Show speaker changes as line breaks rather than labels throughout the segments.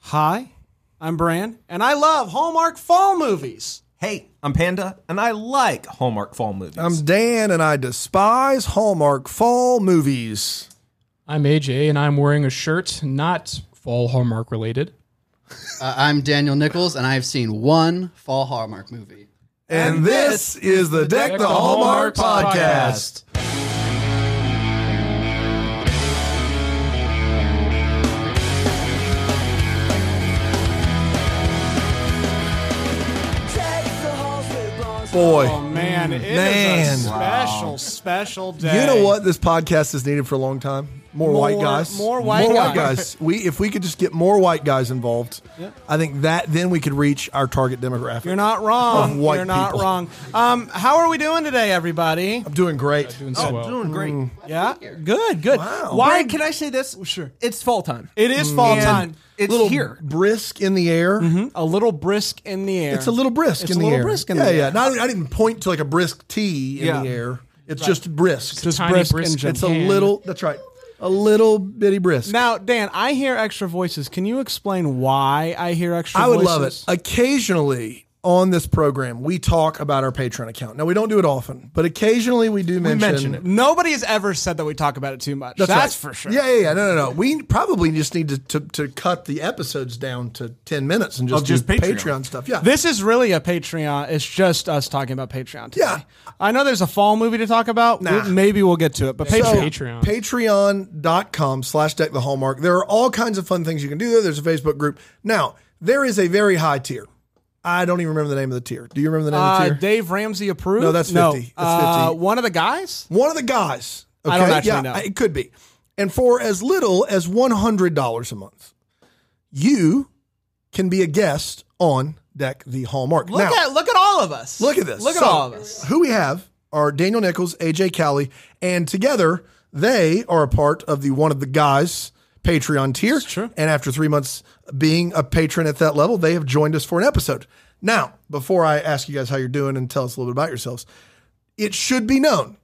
Hi, I'm Bran, and I love Hallmark fall movies.
Hey, I'm Panda, and I like Hallmark fall movies.
Um,
I'm Dan, and I despise Hallmark fall movies.
I'm AJ, and I'm wearing a shirt not fall Hallmark related.
Uh, I'm Daniel Nichols, and I've seen one fall Hallmark movie.
And this is the Deck the Hallmark podcast.
Oh
Boy,
man, it is
Man.
a special, special day.
you know what this podcast has needed for a long time? More, white
More-
guys.
more white guys.
We, if we could just get more white guys involved, I think that then we could reach our target demographic.
You're not wrong.
Of white
You're not
people.
wrong. Um, how are we doing today, everybody?
I'm doing great.
Doing so well.
doing great.
Mm. Yeah, good, good.
Wow.
Why?
can I say this?
Sure.
It's fall time.
It is fall
And
time.
It's
little
here.
brisk in the air.
A little brisk in the air.
It's a little brisk
Mm-hmm. It's
in
a
the
little
air.
brisk in
yeah,
the air.
yeah. Not, I didn't point to like a brisk tea in
Yeah.
the air. It's just brisk.
Just
Tiny
brisk,
brisk
in general.
it's a
hand.
little. That's right. A little bitty brisk.
Now, Dan, I hear extra voices. Can you explain why I hear extra
I
voices?
would love it. Uh, Occasionally on this program, we talk about our Patreon account. Now we don't do it often, but occasionally we do mention,
mention it.
Nobody has ever said that we talk about it too much. That's,
right.
for sure.
Yeah, yeah, yeah. No, no, no. We probably just need to, to, to cut the episodes down to ten minutes and just
Of
do
just Patreon.
Patreon. stuff. Yeah.
This is really a Patreon. It's just us talking about Patreon today.
Yeah.
I know there's a fall movie to talk about.
Nah.
We'll- Maybe we'll get to it. But
So,
Patreon.
Patreon.
Patreon.com slash deck the hallmark. There are all kinds of fun things you can do there. There's a Facebook group. Now, there is a very high tier. I don't even remember the name of the tier. Do you remember the name of
uh,
the tier?
Dave Ramsey approved?
No, that's 50. That's
Uh,
50.
one of the guys?
One of the guys. Okay?
I don't actually
yeah,
know.
It could be. And for as little as $100 a month, you can be a guest on Deck the Hallmark.
Look
now,
at look at all of us.
Look at this.
Look at
So,
all of us.
Who we have are Daniel Nichols, AJ Cowley, and together they are a part of the one of the guys Patreon tier.
true.
And after three months being a patron at that level, they have joined us for an episode. Now, before I ask you guys how you're doing and tell us a little bit about yourselves, it should be known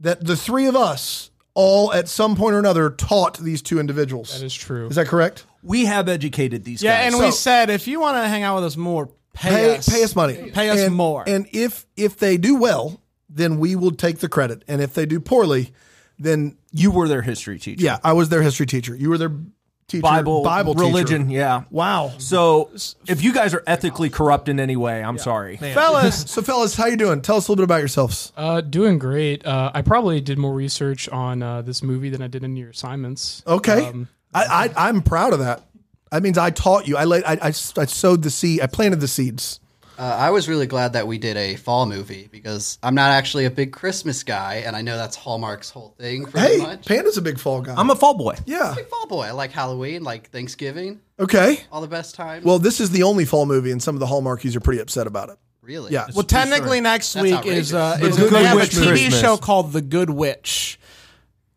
that the three of us all at some point or another taught these two individuals.
That is true.
Is that correct?
We have educated these
Yeah,
guys.
and we said if you want to hang out with us more, pay,
pay,
us.
pay us money.
Pay us
and,
more.
And if if they do well, then we will take the credit. And if they do poorly, then
you were their history teacher.
yeah, I was their history teacher. You were their teacher.
Bible,
Bible teacher.
religion. Yeah.
Wow.
So if you guys are ethically corrupt in any way, I'm sorry.
Fellas,
So fellas, how you doing? Tell us a little bit about yourselves.
Um,
Uh, doing great. Uh, I probably did more research on uh, this movie than I did in your assignments.
Okay.
Um,
I, I I'm proud of that. That means I taught you. I laid. I, I, I sowed the seed. I planted the seeds.
Uh, I was really glad that we did a fall movie because I'm not actually a big Christmas guy, and I know that's Hallmark's whole thing. Pretty
Hey,
much.
Panda's a big fall guy.
I'm a fall boy.
yeah.
Big fall boy. I like Halloween, like Thanksgiving,
Okay.
all the best times.
Well, this is the only fall movie, and some of the Hallmarkies are pretty upset about it.
really,
Yeah.
well, technically next
That's
week is uh,
outrageous.
is
The Good
they have a
Witch
TV
Christmas.
show called The Good Witch.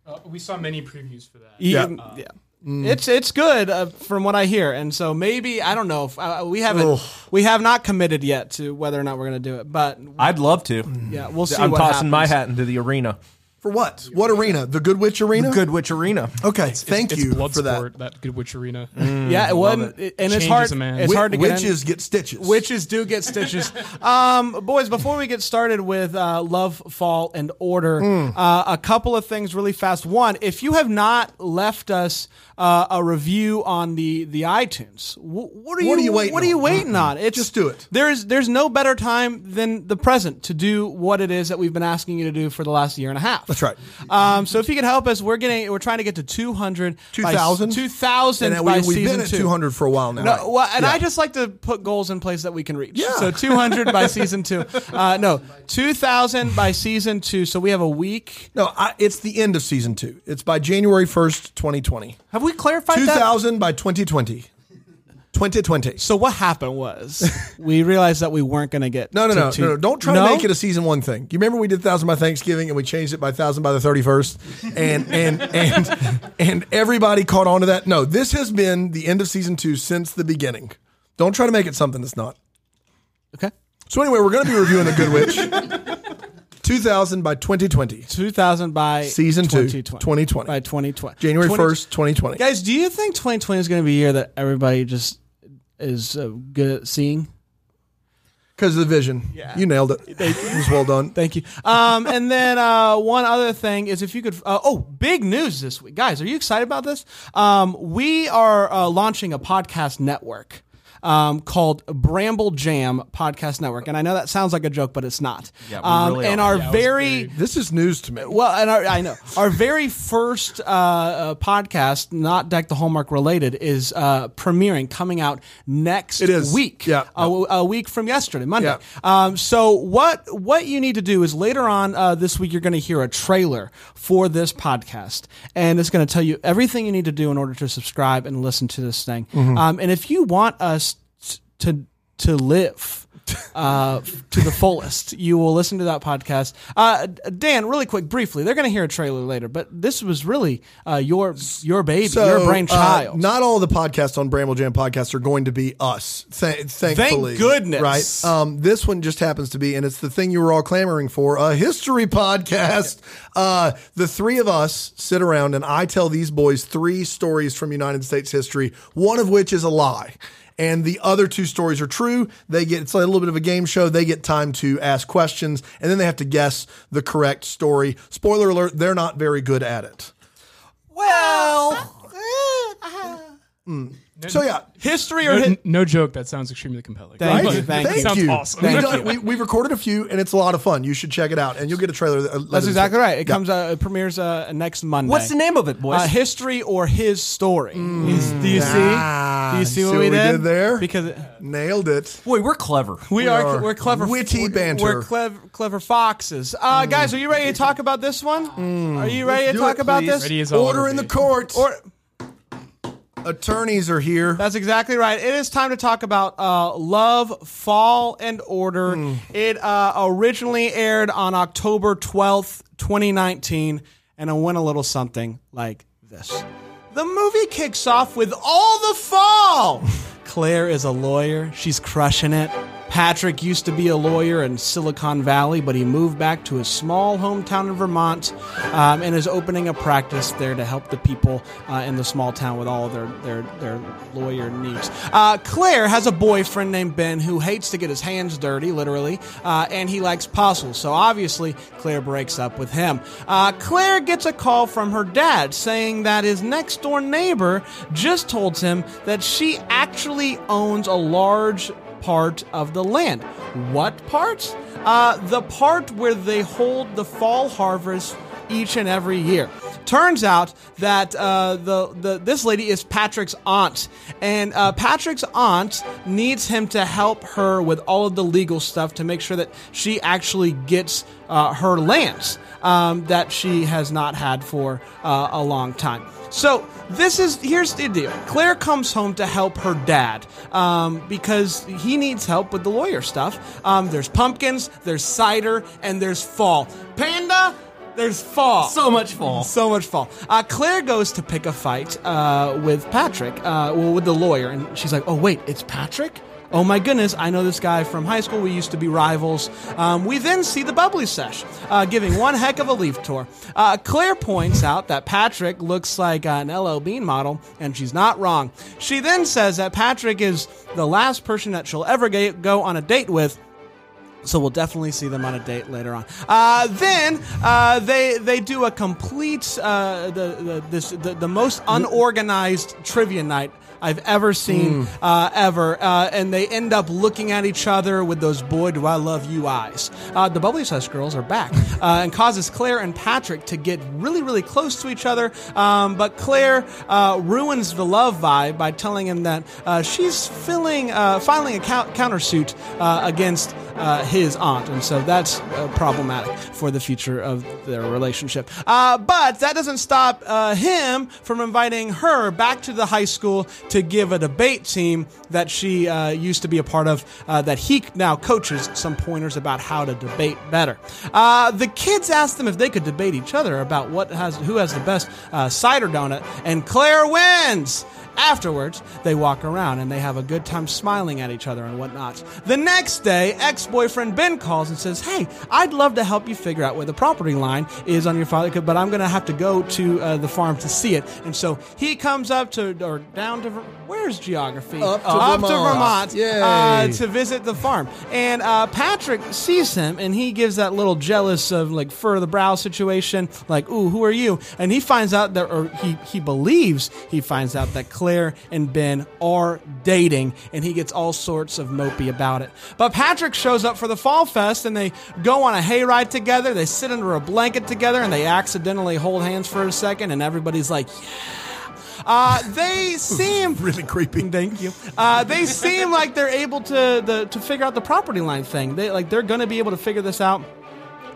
uh, we saw many previews for that.
Yeah.
Yeah.
yeah. Mm. It's it's good uh, from what I hear, and so maybe I don't know. If, uh, we haven't we have not committed yet to whether or not we're going to do it, but
I'd love to.
Mm. yeah, we'll see.
I'm
what
tossing my
happens.
hat into the arena.
For what? What arena? The Good Witch Arena.
Good Witch Arena.
Okay. Thank
it's
you
Bloodsport,
for that.
that Good Witch Arena.
Mm.
Yeah, it wasn't, it- and it's
Changes
hard.
a man.
It's
Wi-
hard to get in.
witches get stitches.
Witches do get stitches. um, boys, before we get started with uh, Love, Fall, and Order,
Hmm.
uh, a couple of things really fast. One, if you have not left us uh, a review on the the iTunes, wh- what are you,
What are you waiting
What are you
on?
waiting on? It's,
Just do it.
There's there's no better time than the present to do what it is that we've been asking you to do for the last year and a half.
That's right.
Um, so if you could help us, we're getting we're trying to get to 200 by-
2,000?
2,000
And
by
we, we've
season
been at
two.
200 for a while now.
No, well, and
Yeah.
I just like to put goals in place that we can reach. So 200 by season two. Uh, no, 2,000 by season two. So we have a week.
no, I, it's the end of season two. It's by January 1st, 2020.
Have we clarified that?
2000 by 2020. 2020.
So what happened was we realized that we weren't going to get.
No, no,
to
no,
two-
no, no. Don't try
No?
to make it a season one thing. You remember we did thousand by Thanksgiving and we changed it by thousand by the thirty first, and and and and everybody caught on to that. No, this has been the end of season two since the beginning. Don't try to make it something that's not.
Okay.
So anyway, we're going to be reviewing the Good Witch. 2000 by 2020.
2000 by
Season two,
2020.
2020.
By 2020.
January
20
1st, 2020.
Guys, do you think 2020 is going to be a year that everybody just is uh, good at seeing?
Because of the vision. Yeah. You nailed it. It was well done.
Thank you. Um, and then uh, one other thing is if you could. Uh, oh, big news this week, guys! Are you excited about this? Um, we are uh, launching a podcast network. Um, called Bramble Jam Podcast Network, and I know that sounds like a joke, but it's not.
Yeah, we
um,
really
and
are.
our
Yeah,
very
This is news to me.
well, and our, I know our very first uh, uh, podcast, not Deck the Hallmark related, is uh, premiering, coming out next
It is.
week. Uh,
Yeah.
A, a week from yesterday, Monday.
Yeah.
Um, so what what you need to do is later on uh, this week you're going to hear a trailer for this podcast, and it's going to tell you everything you need to do in order to subscribe and listen to this thing.
Mm-hmm.
Um, and if you want us t- to to live uh, to the fullest. You will listen to that podcast. Uh, Dan, really quick, briefly, they're going to hear a trailer later, but this was really uh, your your baby, your
uh,
brainchild.
not all the podcasts on Bramble Jam Podcast are going to be us. Th- thankfully,
goodness.
right? Um, this one just happens to be, and it's the thing you were all clamoring for—a history podcast. Uh, the three of us sit around, and I tell these boys three stories from United States history, one of which is a lie. And the other two stories are true. They get it's like a little bit of a game show. They get time to ask questions, and then they have to guess the correct story. Spoiler alert: they're not very good at it.
well,
Mm. So yeah,
history or
No,
his-
no joke. That sounds extremely compelling.
Thank
Right?
you, thank
That
you.
Sounds
you.
awesome.
We've, done- we, we've recorded a few, and it's a lot of fun. You should check it out, and you'll get a trailer. that- uh, later
that's
this
exactly
week.
right. It comes uh, it premieres uh, next Monday.
What's the name of it, boys?
Uh, history or his story? Is- do you
Ah,
see? Do you see
Mm. see
what,
what we did there?
Because it-
Nailed it.
Boy, we're clever.
we, are,
are
we're clever,
witty
we're-
banter.
We're clever, clever foxes. Uh, Guys, are you ready to talk about this one? Are you ready
Let's
to
Mm. do
talk
it,
about
please.
this?
Ready as I'll
Order
ever
in the
be.
court.
Or
Attorneys are here.
That's exactly right. It is time to talk about uh, Love, Fall, and Order. It uh, originally aired on October 12th, 2019, and it went a little something like this. The movie kicks off with all the fall. Claire is a lawyer. She's crushing it. Patrick used to be a lawyer in Silicon Valley, but he moved back to his small hometown in Vermont um, and is opening a practice there to help the people uh, in the small town with all of their, their, their lawyer needs. Uh, Claire has a boyfriend named Ben who hates to get his hands dirty, literally, uh, and he likes puzzles. So obviously, Claire breaks up with him. Uh, Claire gets a call from her dad saying that his next door neighbor just told him that she actually owns a large part of the land. What part? Uh, the part where they hold the fall harvest each and every year. Turns out that uh, the, the this lady is Patrick's aunt, and uh, Patrick's aunt needs him to help her with all of the legal stuff to make sure that she actually gets uh, her lands um, that she has not had for uh, a long time. So this is here's the deal. Claire comes home to help her dad um, because he needs help with the lawyer stuff. Um, there's pumpkins, there's cider, and there's fall. Panda, there's fall.
so much fall.
So much fall. Uh, Claire goes to pick a fight uh, with Patrick, uh, well, with the lawyer, and she's like, "Oh wait, it's Patrick." Oh my goodness, I know this guy from high school. We used to be rivals. Um, we then see the bubbly sesh, uh, giving one heck of a leaf tour. Uh, Claire points out that Patrick looks like an L.O. Bean model, and she's not wrong. She then says that Patrick is the last person that she'll ever ga- go on a date with. So we'll definitely see them on a date later on. Uh, then uh, they they do a complete uh, the, the this the, the most unorganized trivia night I've ever seen uh, ever, uh, and they end up looking at each other with those "boy do I love you" eyes. Uh, the bubbly sush girls are back uh, and causes Claire and Patrick to get really really close to each other, um, but Claire uh, ruins the love vibe by telling him that uh, she's filling uh, filing a cou- countersuit uh, against uh, his aunt, and so that's uh, problematic for the future of their relationship. Uh, but that doesn't stop uh, him from inviting her back to the high school to give a debate team that she uh, used to be a part of, uh, that he now coaches some pointers about how to debate better. Uh, the kids asked them if they could debate each other about what has who has the best uh, cider donut, and Claire wins. Afterwards, they walk around and they have a good time smiling at each other and whatnot. The next day, ex boyfriend Ben calls and says, Hey, I'd love to help you figure out where the property line is on your father, but I'm going to have to go to uh, the farm to see it. And so he comes up to, or down to, Ver- where's geography?
Up to Vermont.
Vermont.
Yay.
uh, to visit the farm. And uh, Patrick sees him and he gives that little jealous of like fur of the brow situation, like, ooh, who are you? And he finds out that, or he, he believes he finds out that Claire and Ben are dating and he gets all sorts of mopey about it. But Patrick shows up for the Fall Fest and they go on a hayride together. They sit under a blanket together and they accidentally hold hands for a second and everybody's like, yeah. Uh, they seem
Really creepy.
Thank you. Uh, they seem like they're able to the, to figure out the property line thing. They like they're going to be able to figure this out.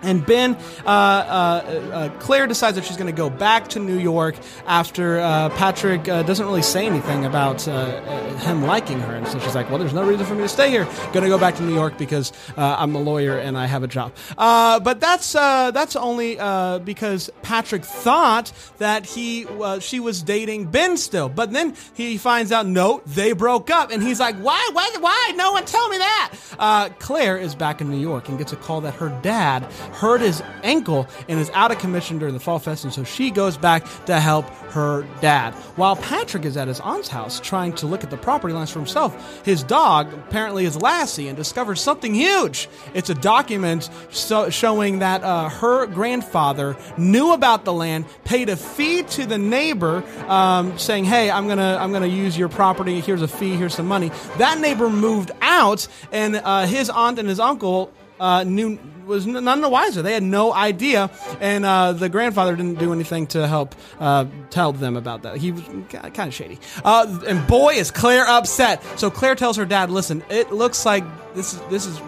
And Ben, uh, uh, uh, Claire decides that she's going to go back to New York after uh, Patrick uh, doesn't really say anything about uh, uh, him liking her. And so she's like, well, there's no reason for me to stay here. Going to go back to New York because uh, I'm a lawyer and I have a job. Uh, but that's uh, that's only uh, because Patrick thought that he uh, she was dating Ben still. But then he finds out, no, they broke up. And he's like, why? Why? Why? No one tell me that. Uh, Claire is back in New York and gets a call that her dad hurt his ankle and is out of commission during the Fall Fest, and so she goes back to help her dad. While Patrick is at his aunt's house trying to look at the property lines for himself, his dog apparently is Lassie and discovers something huge. It's a document so- showing that uh, her grandfather knew about the land, paid a fee to the neighbor, um, saying, "Hey, I'm gonna I'm gonna use your property. Here's a fee. Here's some money." That neighbor moved out, and uh, his aunt and his uncle uh, knew was n- none the wiser. They had no idea, and uh, the grandfather didn't do anything to help uh, tell them about that. He was kind of shady. Uh, and boy, is Claire upset. So Claire tells her dad, "Listen, it looks like this is this is."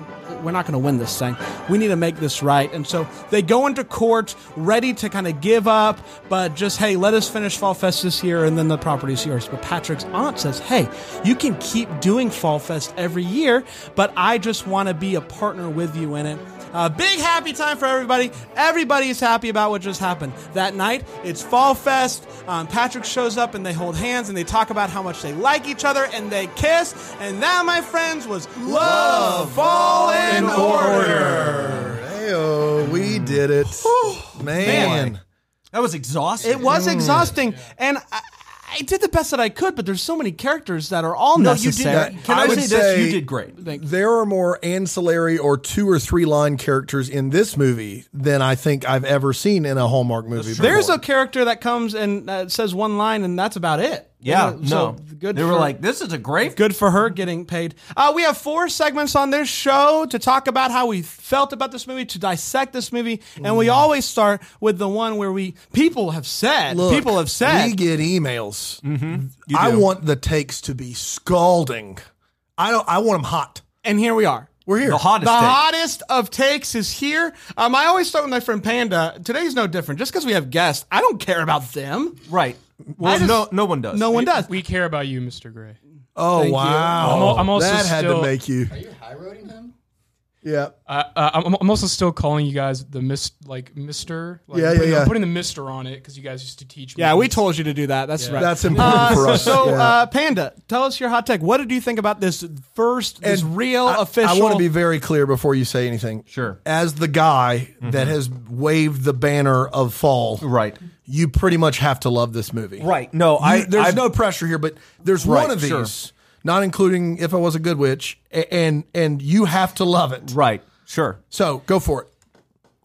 We're not going to win this thing. We need to make this right. And so they go into court ready to kind of give up, but just, hey, let us finish Fall Fest this year and then the property's yours. But Patrick's aunt says, hey, you can keep doing Fall Fest every year, but I just want to be a partner with you in it. A big happy time for everybody. Everybody is happy about what just happened. That night, it's Fall Fest. Um, Patrick shows up and they hold hands and they talk about how much they like each other and they kiss. And that, my friends, was love, fall in order.
Heyo, we did it. Man.
That was exhausting.
It was exhausting, and I, I did the best that I could. But there's so many characters that are all
No, you did.
necessary.
Can I,
I would
say, this?
say-
You did great.
There are more ancillary or two or three line characters in this movie than I think I've ever seen in a Hallmark movie.
There's
before.
a character that comes and uh, says one line, and that's about it.
Yeah,
You know, so
no.
good.
they were
for-
like, this is a great.
good for her getting paid. Uh, we have four segments on this show to talk about how we felt about this movie, to dissect this movie, and we always start with the one where we people have said
Look,
people have said
we get emails.
You
I
do.
want the takes to be scalding. I don't. I want them hot.
and here we are.
We're here.
the hottest
The
take.
hottest of takes is here. Um, I always start with my friend Panda. Today's no different. Just because we have guests, I don't care about them.
Right. Well,
just-
no, no one does.
No one does.
We care about you, Mr. Gray.
Oh
Thank you.
wow!
I'm al- I'm also
Oh, that had to
still-
make you.
Are you high roading him?
Yeah.
Uh, uh, I'm, I'm also still calling you guys the mis- like Mister. Like,
Yeah, yeah,
putting, I'm
yeah.
putting the Mister on it because you guys used to teach. me.
Yeah, we told you to do that. That's right.
That's important
Uh,
for us.
So,
Yeah.
uh, Panda, tell us your hot take. What did you think about this first, this
And
real
I-
official?
I want to be very clear before you say anything.
Sure.
As the guy that has waved the banner of fall,
Right.
You pretty much have to love this movie,
Right. No, I.
I, there's
I,
no pressure here, but there's
Right,
one of these,
sure.
not including if I was a good witch, a- and and you have to love it.
Right. Sure.
So go for it.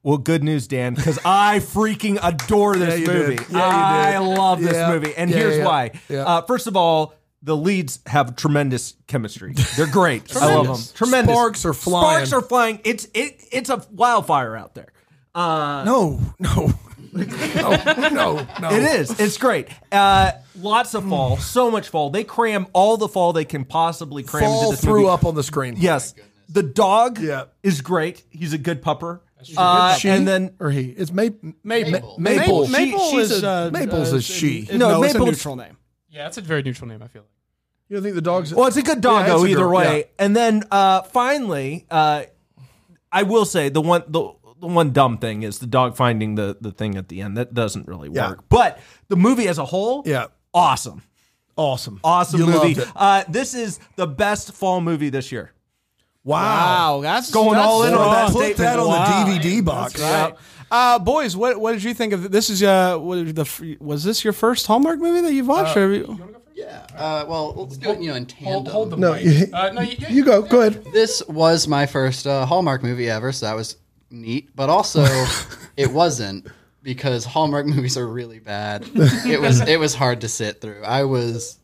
Well, good news, Dan, because I freaking adore
Yeah,
this
you
movie.
did. Yeah, you
I
did.
love this
Yeah.
movie, and
Yeah,
here's
yeah.
why.
Yeah.
Uh, first of all, the leads have tremendous chemistry. They're great. I love them.
Tremendous.
Tremendous.
Sparks are flying.
Sparks are flying. It's it. It's a wildfire out there.
No, no, no, no, no. Mm.
It is. It's great. Uh, lots of fall. So much fall. They cram all the fall they can possibly cram into
Fall
this
threw
movie.
up on the screen.
Yes. The dog
Yeah.
is great. He's a good pupper. Uh,
She
and then
or he? It's Ma- Ma-
Maple.
Maple.
Maple,
She- she's
is
a-
uh,
Maple's
uh,
is she.
it-
No,
no, it's a
Maple's-
neutral name.
Yeah, that's a very neutral name. I feel like.
You don't think the dog's?
Well, it's a good
Yeah, it's
doggo
a
either
girl,
way.
yeah.
And then uh, finally, uh, I will say the one the, the one dumb thing is the dog finding the the thing at the end that doesn't really
Yeah.
work. But the movie as a whole,
Yeah.
awesome.
Awesome.
Awesome
You
movie.
loved it.
Uh, this is the best fall movie this year.
Wow.
that's
Going
that's
all in on
strong.
that
Put
statement.
that on
Wow.
the DVD box.
Right. Uh, boys, what what did you think of this? Is uh, what, the f- was this your first Hallmark movie that you've watched? or have you-
Yeah. Uh, well, let's do it. You know, in
Hold,
tandem.
hold the
No,
mic.
you-
uh, no, you, you-
You go. Go ahead.
This was my first uh, Hallmark movie ever, so that was neat. But also, it wasn't because Hallmark movies are really bad. It was it was hard to sit through. I was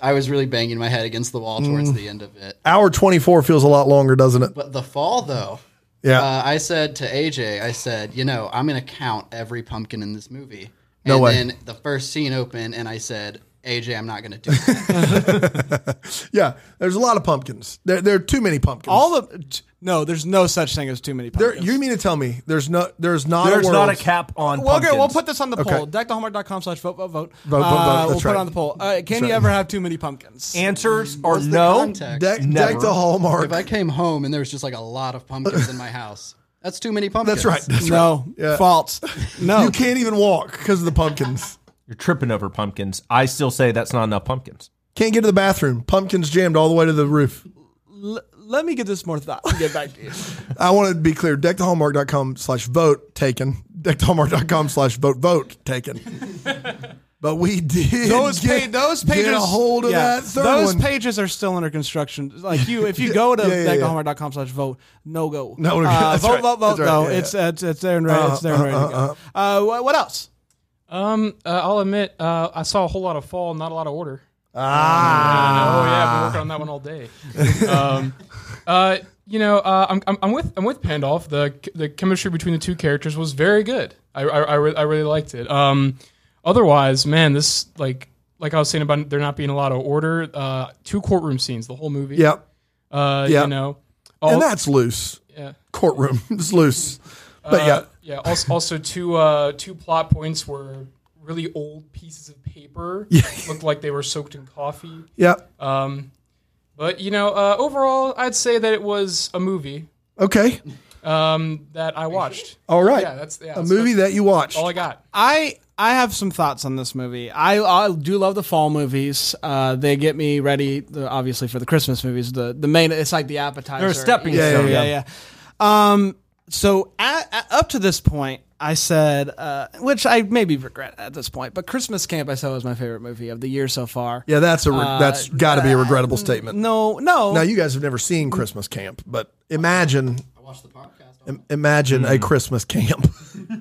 I was really banging my head against the wall towards the end of it.
Hour 24 feels a lot longer, doesn't it?
But the fall though,
Yeah.
uh, I said to AJ, I said, you know, I'm gonna count every pumpkin in this movie.
No
and
way.
then the first scene opened, and I said, AJ, I'm not gonna do that.
yeah. There's a lot of pumpkins. There, there are too many pumpkins.
all the t- no, there's no such thing as too many
there,
pumpkins.
you mean to tell me there's no there's not
There's
a
not a
world-
cap on
well, okay,
pumpkins.
we'll put this on the
Okay.
poll. Deckthehallmark.com slash vote, vote, vote.
Vote, vote,
Uh,
vote,
We'll
that's
put it
right.
on the poll. Uh, can you
right.
ever have too many pumpkins?
answers or
What's the
no.
context?
Deck,
Never.
deck the hallmark.
If I came home and there was just like a lot of pumpkins in my house, that's too many pumpkins.
That's right. That's right.
no,
Yeah.
false. No,
You can't even walk because of the pumpkins.
You're tripping over pumpkins. I still say that's not enough pumpkins.
Can't get to the bathroom. Pumpkins jammed all the way to the roof.
let me get this more thought. and Get back to you.
I want to be clear. Deckthehallmark.com slash vote taken. Deckthehallmark.com slash vote vote taken. But we did
Those
get,
pa- those pages
get a hold of
yeah,
that third
Those
one.
pages are still under construction. Like you, if you go to
Yeah, yeah, yeah.
deckthehallmark.com slash vote, no go.
No,
uh,
that's
vote,
right.
vote, vote,
That's right.
no.
Yeah, Uh-huh, yeah.
It's, uh, it's it's there and ready. it's there and ready to go. Uh, wha- what else?
Um, uh, I'll admit, uh, I saw a whole lot of fall, not a lot of order.
ah.
oh yeah, I've been working on that one all day. Um, uh, you know, uh, I'm, I'm, I'm with I'm with Pandolf. The the chemistry between the two characters was very good. I I, I, re- I really liked it. Um, otherwise, man, this like like I was saying about there not being a lot of order. Uh, two courtroom scenes, the whole movie.
Yep.
Uh,
Yeah.
You know.
And
All-
that's loose.
yeah.
Courtroom is loose. But yeah.
Uh, Yeah. Also, also two uh, two plot points were really old pieces of paper looked like they were soaked in coffee.
Yeah.
Um, but you know, uh, overall, I'd say that it was a movie
Okay.
um, that I watched.
All right.
Yeah, that's yeah,
a
that's-
movie that you watched.
All I got.
I I have some thoughts on this movie. I, I do love the fall movies. Uh, they get me ready, uh, obviously, for the Christmas movies. The the main it's like the appetizer.
They're a stepping
yeah,
stone.
Yeah, yeah, yeah. Um, so at, at- up to this point, I said, uh, which I maybe regret at this point, but Christmas Camp I said was my favorite movie of the year so far.
yeah, that's a re- that's got to be a regrettable statement.
No, no.
Now you guys have never seen Christmas Camp, but imagine
I watched the podcast.
im- imagine a Christmas camp.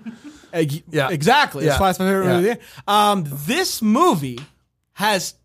Eg-
Yeah.
Exactly. That's
Yeah.
why it's my favorite
Yeah.
movie. of the year. Um, this movie has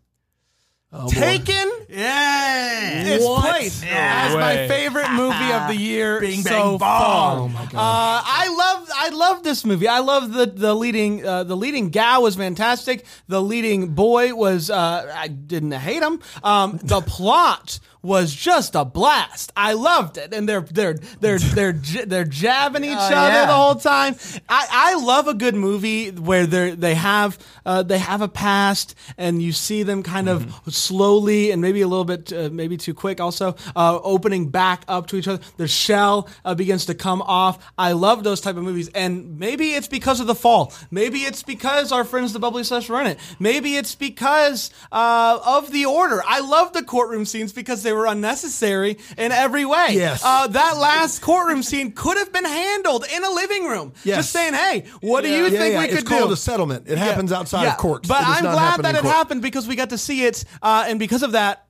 taken its place as my
way.
favorite movie of the year
Bing,
so
bang, bong.
far. uh, I love I love this movie. I love the the leading uh, the leading gal was fantastic. The leading boy was uh, I didn't hate him. Um, the plot was just a blast. I loved it, and they're they're they're they're j- they're jabbing each other
yeah.
the whole time. I, I love a good movie where they they have uh, they have a past, and you see them kind
Mm-hmm.
of slowly and maybe a little bit uh, maybe too quick also uh, opening back up to each other. The shell uh, begins to come off. I love those type of movies, and maybe it's because of the fall. Maybe it's because our friends the Bubbly Slush run it. Maybe it's because uh, of the order. I love the courtroom scenes because they were unnecessary in every way.
Yes.
Uh, that last courtroom scene could have been handled in a living room.
Yes.
Just saying, hey, what do you
yeah,
think
yeah.
we
it's
could
called
do?
a settlement. It happens outside
Yeah,
of court.
But
It does
I'm
not
glad
happen
that
in
it
court.
happened because we got to see it, uh, and because of that,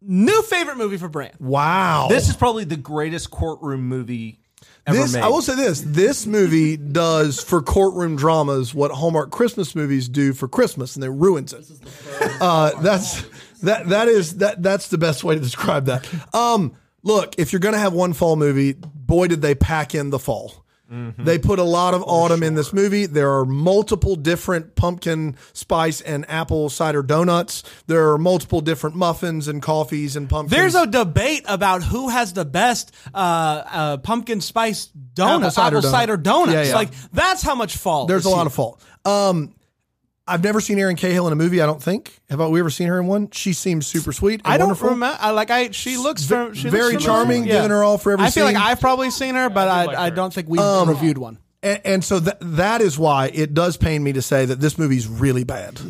new favorite movie for Brand.
Wow.
This is probably the greatest courtroom movie ever
This-
made.
I will say this: this movie does for courtroom dramas what Hallmark Christmas movies do for Christmas, and it ruins it. Uh, that's that that is that that's the best way to describe that. Um, look, if you're going to have one fall movie, boy, did they pack in the fall.
Mm-hmm.
They put a lot of autumn in this movie. There are multiple different pumpkin spice and apple cider donuts. There are multiple different muffins and coffees and pumpkins.
There's a debate about who has the best uh, uh, pumpkin spice donut, apple
Apple cider
cider,
donut.
donuts.
Yeah, yeah.
Like that's how much fall.
There's
is
a lot
here.
of fault. Um, I've never seen Erin Cahill in a movie. I don't think. Have we ever seen her in one? She seems super sweet. And
I don't
wonderful.
remember. I like. I she looks from, she looks
very
familiar.
charming,
Yeah.
giving her all for every
I feel like
scene. Um,
I've probably seen her, but I,
like
I
her.
don't think we reviewed one.
And, and so that that is why it does pain me to say that this movie's really bad.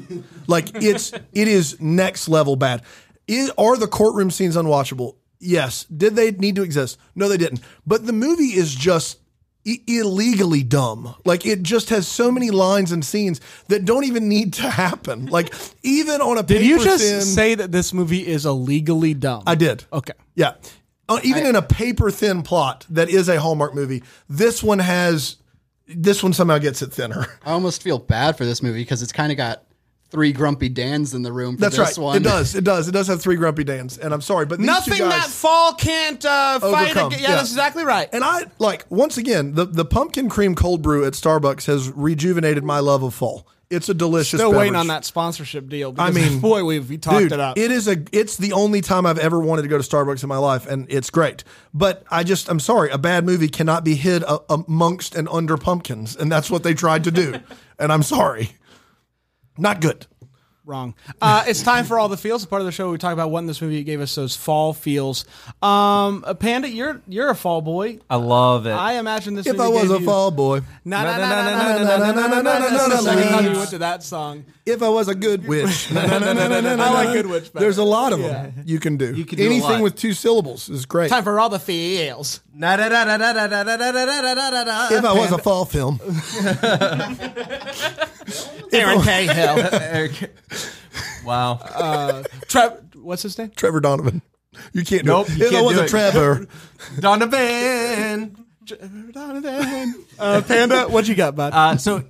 like it's it is next level bad. Is, are the courtroom scenes unwatchable? Yes. Did they need to exist? No, they didn't. But the movie is just I- illegally dumb. Like it just has so many lines and scenes that don't even need to happen. Like even on a
Did you just
thin,
say that this movie is illegally dumb?
I did.
Okay.
Yeah. Uh, even in a paper thin plot that is a Hallmark movie, this one has this one somehow gets it thinner.
I almost feel bad for this movie because it's kind of got three grumpy Dans in the room for
That's
this
right.
one.
It does. It does. It does have three grumpy Dans, and I'm sorry, but these two
Nothing
guys,
that fall can't uh, fight.
Overcome,
Against. Yeah,
yeah.
that's exactly right.
And I like once again the the pumpkin cream cold brew at Starbucks has rejuvenated my love of fall. It's a delicious.
Still waiting
beverage.
on that sponsorship deal. Because,
I mean,
boy, we've we talked
Dude,
it up.
It is a. It's the only time I've ever wanted to go to Starbucks in my life, and it's great. But I just, I'm sorry, a bad movie cannot be hid a, amongst and under pumpkins, and that's what they tried to do. and I'm sorry, not good.
Wrong. Uh, it's time for all the feels. Part of the show where we talk about what in this movie gave us those fall feels. Um, uh, Panda, you're you're a fall boy.
I love it.
I imagine this.
If
movie
I was
gave
a
you-
fall boy,
Na na
Na-
na
na-
na
na-
na na na na na na. That's the second time you went to that song.
if I was a good witch, Na, na, na, na, na, na, na,
I like
na.
good witch better.
There's a lot of them you can do.
can do a
Anything
lot.
with two syllables is great.
Time for all the feels.
if I
If
was a fall film,
Aaron Cahill.
Wow.
Trev, what's his name?
Trevor Donovan. You can't do
Nope,
it.
you
If I
can't
was
do
a
it.
Trevor,
Donovan.
Uh, Panda, what you got, bud?
Uh, so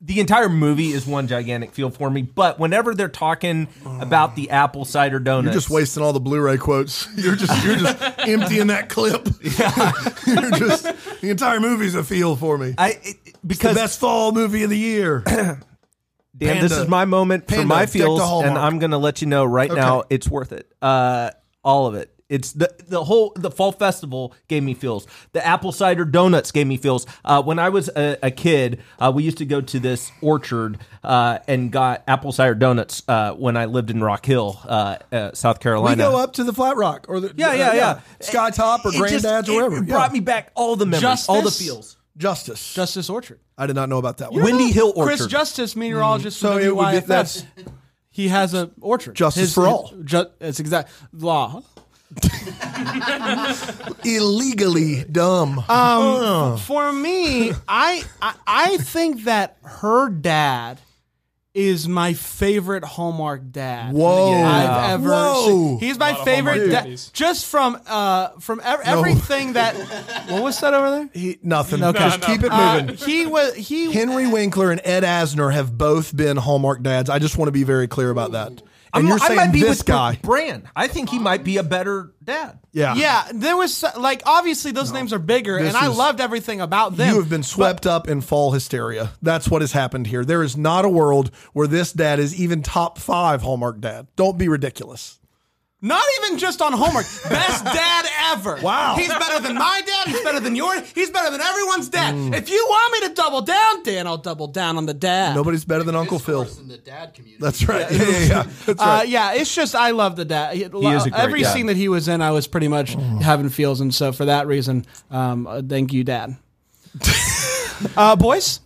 the entire movie is one gigantic feel for me. But whenever they're talking about the apple cider donuts,
You're just wasting all the Blu-ray quotes. You're just you're just emptying that clip. you're just the entire movie's a feel for me.
I it,
the
because
best fall movie of the year.
damn, this
Panda.
is my moment for
Panda,
my
stick to
feels, and
Hallmark.
I'm gonna let you know right now
Okay.
it's worth it. Uh, all of it. It's the the whole the fall festival gave me feels. The apple cider donuts gave me feels. Uh, when I was a, a kid, uh, we used to go to this orchard uh, and got apple cider donuts uh, when I lived in Rock Hill, uh, uh, South
we
Carolina.
go up to the Flat Rock or the uh,
Yeah, yeah, yeah.
Sky Top or
It just-
Granddad's or wherever.
It
Yeah.
brought me back all the memories, all the
Justice?
feels.
Justice.
Justice Orchard.
I did not know about that one.
Windy Hill Orchard.
Chris Justice, meteorologist.
So
from
it would be-
WYFS.
that's-
he has an orchard.
Justice for all.
Ju- it's exact law.
Illegally dumb.
Uh,
For me, I, I I think that her dad is my favorite Hallmark dad.
Whoa.
I've ever
Whoa.
seen. He's my
of
favorite
Hallmark
dad.
movies.
Just from uh from ev- everything that. What was that over there?
He- nothing.
Okay.
Just
No,
keep it
Uh,
moving.
he was he.
Henry Winkler and Ed Asner have both been Hallmark dads. I just want to be very clear about that. And
I'm-
you're
I
saying
might be
this
with
guy.
Brand. I think he might be a better dad.
Yeah.
yeah, there was so- like obviously those names are bigger,
This
and I
is-
loved everything about them.
You have been swept up in fall hysteria. That's what has happened here. There is not a world where this dad is even top five Hallmark dad. Don't be ridiculous.
Not even just on homework. Best dad ever.
Wow.
He's better than my dad. He's better than yours. He's better than everyone's dad. If you want me to double down, Dan, I'll double down on the dad.
Nobody's better than Uncle Phil.
Discourse In the dad community.
That's right. Yeah, yeah, yeah. That's
Uh,
right.
yeah, it's just I love the dad. He,
is a great
Every
dad.
scene that he was in, I was pretty much having feels, and so for that reason, um, uh, thank you, Dad. uh, boys,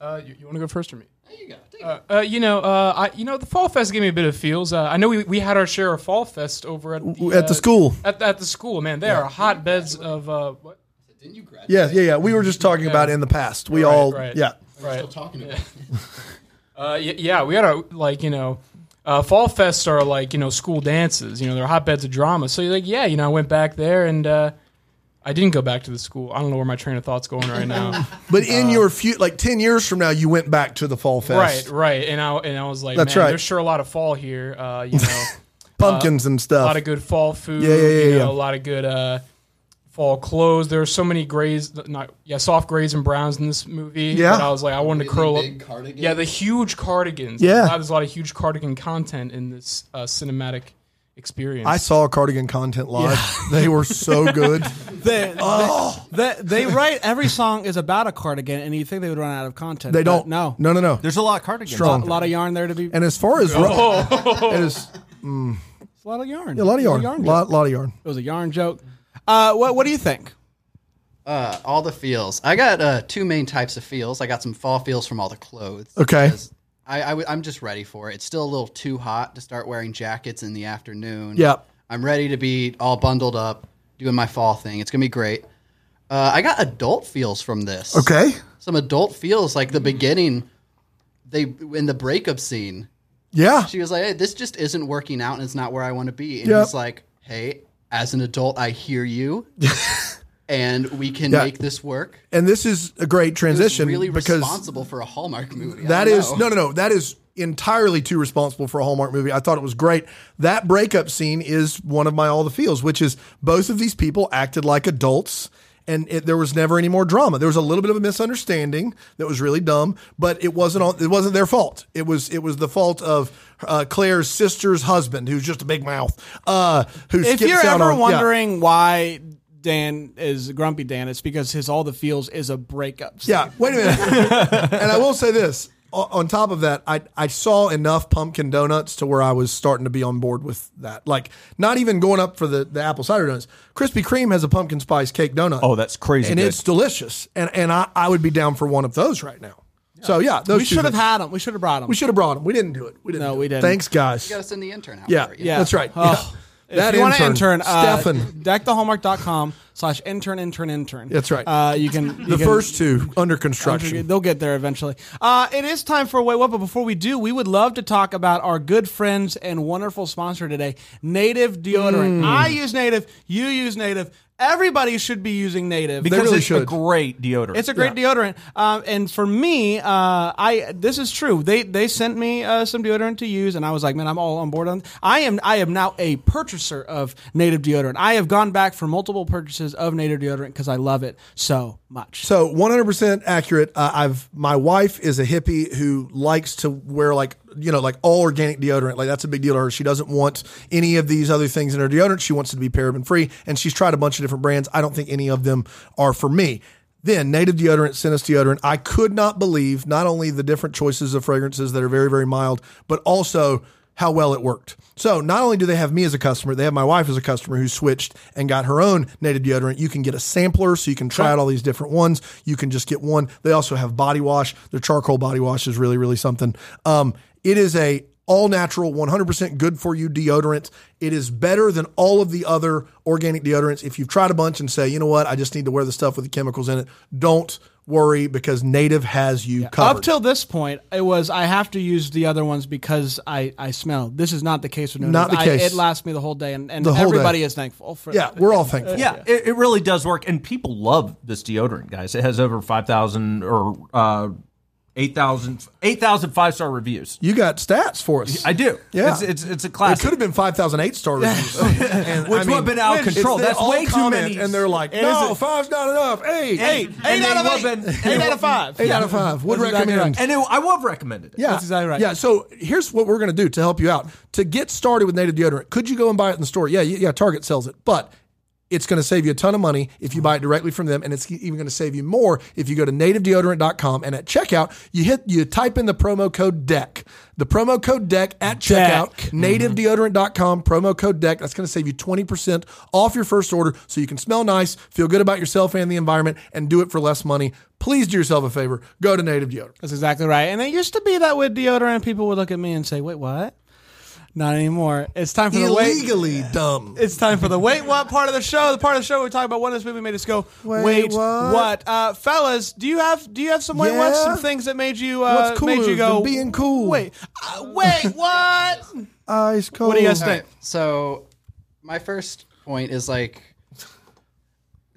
Uh, you, you want to go first or me?
There you go. Take it.
Uh, uh, you know, uh, I you know the Fall Fest gave me a bit of feels. Uh, I know we, we had our share of Fall Fest over at the,
At the
uh,
school.
At, at the school, man, they are hotbeds of uh, what?
Didn't you graduate?
Yeah, yeah, yeah. We were just talking about in the past. We all,
right.
yeah.
Right.
Still talking about. it.
Uh, y- yeah, we had our like you know, uh, fall fests are like you know school dances. You know, they're hotbeds of drama. So you're like, yeah, you know, I went back there and uh, I didn't go back to the school. I don't know where my train of thoughts going right now.
But in your few, like 10 years from now, you went back to the Fall Fest.
Uh, right, right. And I and I was like,
That's
man,
right.
there's sure a lot of fall here. Uh, you know,
Pumpkins and
a
stuff.
lot of good fall food.
Yeah, yeah, yeah,
you know,
yeah.
A lot of good. Uh, Fall clothes. There are so many grays, not yeah, soft grays and browns in this movie.
Yeah.
that I was like, I wanted to
Really
curl
big
up.
cardigan.
Yeah, the huge cardigans.
Yeah.
There's a lot- there's a lot of huge cardigan content in this uh, cinematic experience.
I saw Cardigan Content live. They were so good.
they, they, they, they write every song is about a cardigan, and you think they would run out of content.
They
but
don't.
No,
No, no, no.
There's a lot of cardigans.
a
Strong.
lot of yarn there to be.
And as far as,
Oh.
it is
a lot of yarn.
a lot of
It
yarn.
was a yarn.
lot, lot of yarn.
It was a yarn joke. Uh, what What do you think?
Uh, all the feels. I got uh, two main types of feels. I got some fall feels from all the clothes.
Okay.
because I, I w- I'm just ready for it. It's still a little too hot to start wearing jackets in the afternoon.
Yep.
I'm ready to be all bundled up, doing my fall thing. It's gonna be great. Uh, I got adult feels from this.
Okay.
Some adult feels like the beginning. They in the breakup scene.
Yeah.
She was like, "Hey, this just isn't working out, and it's not where I want to be." And
Yep.
he's like, "Hey, as an adult, I hear you, and we can
Yeah.
make this work."
And this is a great
It was
transition
really
because
responsible for a Hallmark movie. I
That
don't
is
know.
no, no, no. That is entirely too responsible for a Hallmark movie. I thought it was great. That breakup scene is one of my all the feels, which is both of these people acted like adults. And it, there was never any more drama. There was a little bit of a misunderstanding that was really dumb, but it wasn't all, it wasn't their fault. It was it was the fault of uh, Claire's sister's husband, who's just a big mouth. Uh, who
if
skips
you're
out
ever
on- yeah.
wondering why Dan is grumpy Dan, it's because his all the feels is a breakup. scene.
Yeah, wait a minute. and I will say this: O- on top of that, I I saw enough pumpkin donuts to where I was starting to be on board with that. Like, not even going up for the the apple cider donuts. Krispy Kreme has a pumpkin spice cake donut.
Oh, that's crazy
And
good.
it's delicious. And and I I would be down for one of those right now. So yeah, those
we
two
should have
things.
had him. We should have brought him.
we should have brought them. We didn't do it. We didn't.
No,
do
we
it.
didn't.
Thanks, guys.
got to send the intern out.
Yeah,
for you.
Yeah.
that's right.
Oh.
Yeah. That
if you want to
intern,
intern, uh,
Stefan.
deckthehallmark.com slash intern intern intern.
That's right.
Uh, you can
The first two under construction.
They'll get there eventually. Uh, it is time for a wait what, but before we do, we would love to talk about our good friends and wonderful sponsor today, Native Deodorant. I use Native, you use Native. Everybody should be using Native.
because
really
it's a
should.
great deodorant.
It's a great deodorant. Um, and for me, uh, I this is true. They they sent me uh, some deodorant to use, and I was like, man, I'm all on board on. I am I am now a purchaser of native deodorant. I have gone back for multiple purchases of native deodorant because I love it so much.
So 100% accurate. Uh, I've my wife is a hippie who likes to wear like you know like all organic deodorant. Like that's a big deal to her. She doesn't want any of these other things in her deodorant. She wants it to be paraben free, and she's tried a bunch of different brands. I don't think any of them are for me. Then Native Deodorant sent us deodorant. I could not believe not only the different choices of fragrances that are very very mild, but also how well it worked. So not only do they have me as a customer, they have my wife as a customer who switched and got her own native deodorant. You can get a sampler so you can try out all these different ones. You can just get one. They also have body wash. Their charcoal body wash is really, really something. Um, it is a all natural, 100% good for you deodorant. It is better than all of the other organic deodorants. If you've tried a bunch and say, you know what, I just need to wear the stuff with the chemicals in it, don't worry because native has you covered.
Up till this point, it was I have to use the other ones because I, I smell. This is not the case with Native.
Not the
I-
case.
it lasts me the whole day, and, and
The whole day.
everybody is thankful for
yeah, we're all thankful.
yeah, It, it really does work, and people love this deodorant, guys. It has over five thousand or uh, 8,000 8,000 five star reviews.
You got stats for us.
I do.
Yeah.
it's it's, it's a
It could
classic.
have been 5,008 star reviews. and,
Which would have been out of
it's
control.
they
That's
all
way too
comment
many.
And they're like,
It
no,
isn't-
five's not enough. Eight, eight,
And
Eight
they
out of
love
eight.
it.
Eight out of five.
eight out of five. Would
That's exactly
recommend.
And it, I would recommend it.
Yeah,
That's exactly right.
Yeah, so here's what we're going to do to help you out. To get started with native deodorant, could you go and buy it in the store? Yeah, yeah, Target sells it, but it's going to save you a ton of money if you buy it directly from them, and it's e, even going to save you more if you go to nativedeodorant.com and at checkout you hit you type in the promo code DECK. The promo code DECK at checkout,
Mm-hmm.
nativedeodorant.com, promo code DECK. That's going to save you 20% off your first order so you can smell nice, feel good about yourself and the environment, and do it for less money. Please do yourself a favor. Go to Native Deodorant.
That's exactly right. And it used to be that with deodorant, people would look at me and say, "Wait, what?" Not anymore. It's time for the wait.
Illegally dumb.
It's time for the wait what part of the show. The part of the show we talk about what this movie made us go. Wait,
what?
Uh, fellas, do you have do you have some wait
Yeah?
whats? Some things that made you uh,
What's
made
cooler
you go
than being cool?
Wait, uh, wait, what?
Ice cold.
do you guys
All right, so my first point is like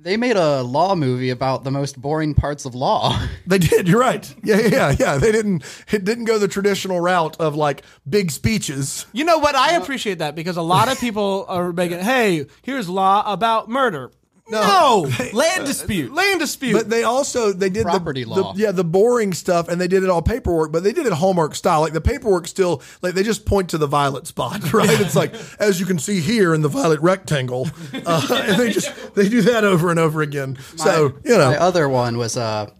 they made a law movie about the most boring parts of law.
They did. You're right. Yeah, yeah, yeah, yeah. They didn't. It didn't go the traditional route of like big speeches.
You know what? I appreciate that because a lot of people are making, "Hey, here's law about murder." No,
Land dispute.
land dispute.
But they also they did
Property
the,
law.
the- yeah, the boring stuff, and they did it all paperwork. But they did it Hallmark style. Like the paperwork still like they just point to the violet spot, right? It's like as you can see here in the violet rectangle, uh, and they just they do that over and over again. so you know,
My other one was uh,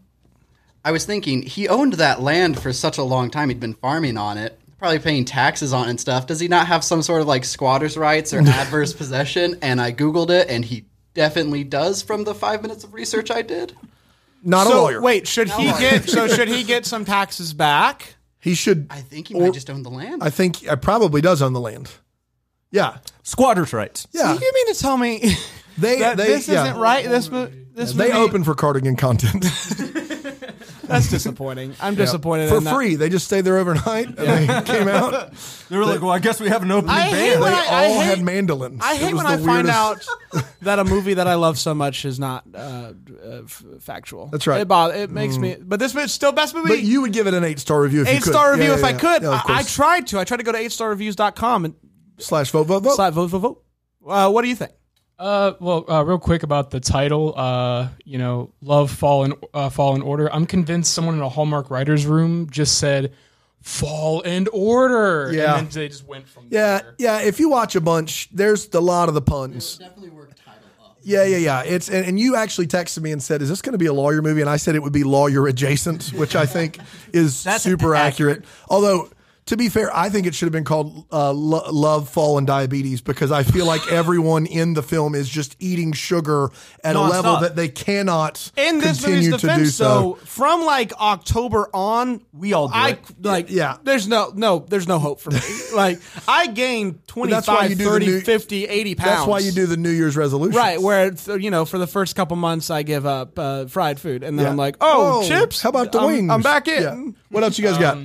I was thinking he owned that land for such a long time. He'd been farming on it, probably paying taxes on it and stuff. Does he not have some sort of like squatter's rights or adverse possession? And I googled it, and he definitely does from the five minutes of research I did.
Not a
so
lawyer.
wait, should he get so should he get some taxes back?
he should.
I
I,
think he might just own the land.
think I probably does own the land. Yeah,
Squatters' rights.
yeah.
You mean to tell me
They
that
they
this
yeah.
isn't right? This mo- this
They
movie,
open for cardigan content
That's disappointing. I'm disappointed
for
in that.
free. They just stayed there overnight and they came out.
They were like, well, I guess we have an opening
I hate
band.
when
They
I- I
all
hate-
had mandolins.
I
It
hate
was
when
the
I find
weirdest-
out that a movie that I love so much is not uh, uh, f- factual.
That's right. Mm.
It, bother, it makes me. But this movie's still best movie.
But you would give it an eight star review. if you
eight
could.
star
Yeah,
review
yeah,
if I
yeah.
could.
Yeah, of
I, I
course.
tried to. I tried to go to eightstarreviews.com and
slash vote vote vote.
slide vote vote vote. Uh, what do you think?
Uh, well, uh, real quick about the title, uh, you know, love fall in uh, fall in order. I'm convinced someone in a Hallmark writers' room just said, "Fall and order,"
Yeah.
and then they just went from
Yeah,
there.
yeah. If you watch a bunch, there's a lot of the puns.
definitely work title up.
Yeah, yeah, yeah. It's and, and you actually texted me and said, "Is this going to be a lawyer movie?" And I said it would be lawyer adjacent, which I think is super accurate. Although, to be fair, I think it should have been called uh, Lo- "Love, Fall, and Diabetes" because I feel like everyone in the film is just eating sugar at a level
Nonstop.
that they cannot
In this movie's
continue to do
defense,
so.
though, from like October on,
We all do
I
it.
like
Yeah.
There's no no. There's no hope for me. like I gained 25,
that's why you do the
30,
new-
50, 80 pounds.
That's why you do the New Year's resolution,
Right, where it's, uh, you know, for the first couple months, I give up uh, fried food, and then
Yeah.
I'm like, oh, chips.
How about the
I'm-
wings?
I'm back in.
Yeah. What else you guys got?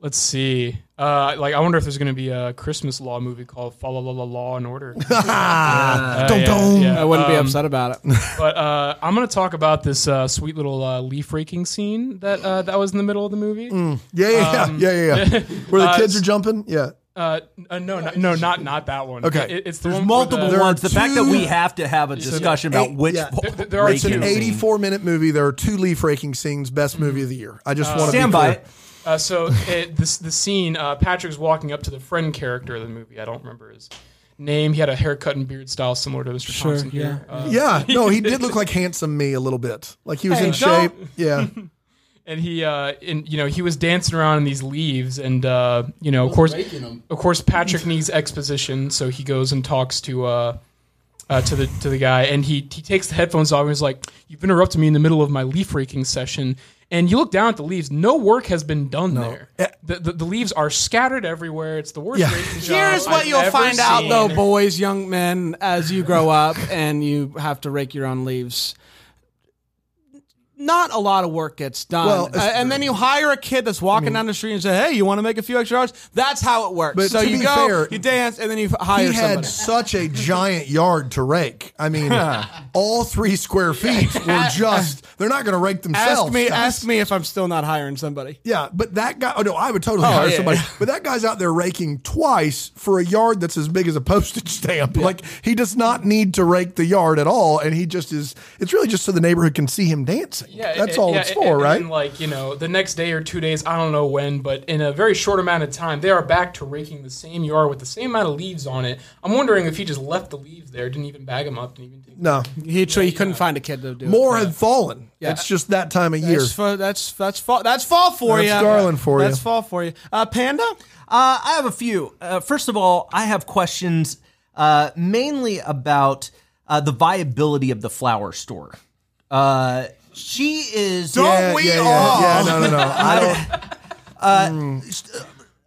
Let's see. Uh, like I wonder if there's gonna be a Christmas law movie called "Fall La La Law and Order." Uh,
Ah,
yeah,
dum-dum.
yeah.
I wouldn't be
Um,
upset about it.
But uh, I'm gonna talk about this uh, sweet little uh, leaf raking scene that uh, that was in the middle of the movie.
Yeah, yeah, yeah, yeah, yeah, yeah. Where the kids are jumping. Yeah.
Uh, uh, no, no, no, not not that one.
Okay.
It- it's the
There's
one where
multiple
the-
ones. The
two-
fact that we have to have a discussion about
Eight-
which
yeah.
po-
There- there are
raking
two.
An
Yeah.
scene.
84 minute movie. There are two leaf raking scenes. Best
Mm-hmm.
movie of the year. I just want to
Stand
be
by
clear.
it.
Uh, so it, this the scene. Uh, Patrick's walking up to the friend character of the movie. I don't remember his name. He had a haircut and beard style similar to Mr. Thompson here. Uh,
Yeah, no, he did look like handsome me a little bit. Like he was
Hey,
in shape.
don't-
Yeah,
and he uh, and you know he was dancing around in these leaves, and uh, you know of course
raking 'em.
of course Patrick needs exposition, so he goes and talks to. Uh, uh, to the to the guy, and he he takes the headphones off and he's like, "You've interrupted me in the middle of my leaf raking session." And you look down at the leaves; no work has been done there. The, the, the leaves are scattered everywhere. It's the worst.
Yeah.
raking job
Here's what
I've
you'll
ever
find out,
seen.
though, boys, young men, as you grow up and you have to rake your own leaves. Not a lot of work gets done,
Well, it's
Uh, and then you hire a kid that's walking down the street and say, "Hey, you want to make a few extra hours?" That's how it works.
But
so
to
you
be
go,
fair,
you dance, and then you
he
hire
had
somebody.
such a giant yard to rake. I mean, all three square feet were just—they're not going to rake themselves.
Ask me,
guys.
ask me if I'm still not hiring somebody.
Yeah, but that guy. Oh no, I would totally hire
yeah,
somebody.
yeah.
But that guy's out there raking twice for a yard that's as big as a postage stamp. Like he does not need to rake the yard at all, and he just is. It's really just so the neighborhood can see him dancing.
Yeah,
that's
and-
all
yeah,
it's
and-
for,
and
right?
then, like you know, the next day or two days, I don't know when, but in a very short amount of time, they are back to raking the same yard with the same amount of leaves on it. I'm wondering if he just left the leaves there, didn't even bag them up, didn't even take.
no,
He, he couldn't find a kid to do it.
more had fallen. It's just that time of year.
That's fa- that's that's fall that's fall for
That's
you.
Garland for ya.
That's fall for you. Uh, Panda.
Uh, I have a few. Uh, first of all, I have questions uh, mainly about uh, the viability of the flower store. Uh, she is.
yeah, yeah, yeah, yeah, no, no, no. I don't.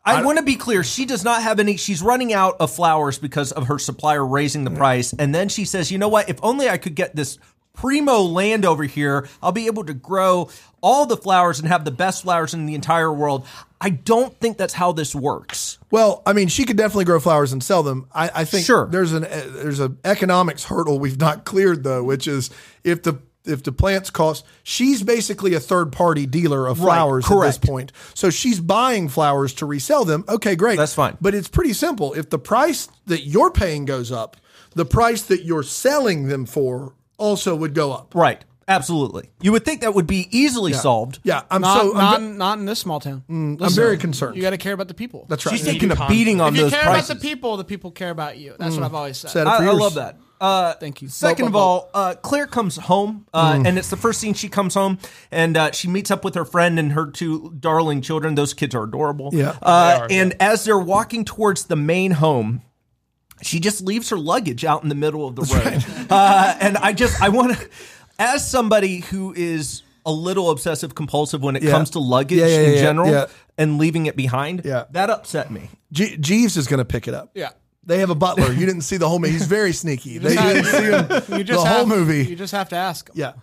I want to be clear. She does not have any. She's running out of flowers because of her supplier raising
Mm.
the price. And then she says, you know what? If only I could get this primo land over here, I'll be able to grow all the flowers and have the best flowers in the entire world. I don't think that's how this works.
Well, I mean, she could definitely grow flowers and sell them. I, I think
Sure.
there's an uh, there's an economics hurdle we've not cleared though, which is if the if the plants cost, she's basically a third party dealer of flowers at this
correct.
point. So she's buying flowers to resell them. Okay, great,
That's fine.
But it's pretty simple. If the price that you're paying goes up, the price that you're selling them for also would go up.
Right. Absolutely. You would think that would be easily solved.
Yeah, I'm
Not,
so
not,
I'm, ve- Mm,
not in this small town.
I'm
Listen,
very concerned.
You got to care about the people.
That's right.
She's taking a beating on
If you
those
care
prices.
about the people, the people care about you. That's what I've always said.
Mm. Said it for
I, I
years.
love that. Uh,
Thank you.
Second of all, uh, Claire comes home, uh,
Mm.
and it's the first scene she comes home, and uh, she meets up with her friend and her two darling children. Those kids are adorable.
Yeah.
Uh,
They are,
and as they're walking towards the main home, she just leaves her luggage out in the middle of the road. Uh, and I just, I want to, as somebody who is a little obsessive compulsive when it comes to luggage
Yeah, yeah,
in
yeah,
general
yeah.
and leaving it behind,
Yeah.
that upset me.
Je- Jeeves is going to pick it up.
Yeah.
They have a butler. You didn't see the whole movie. He's very sneaky. They
have-
didn't see him
You
the whole
have-
movie.
You just have to ask. 'em.
yeah.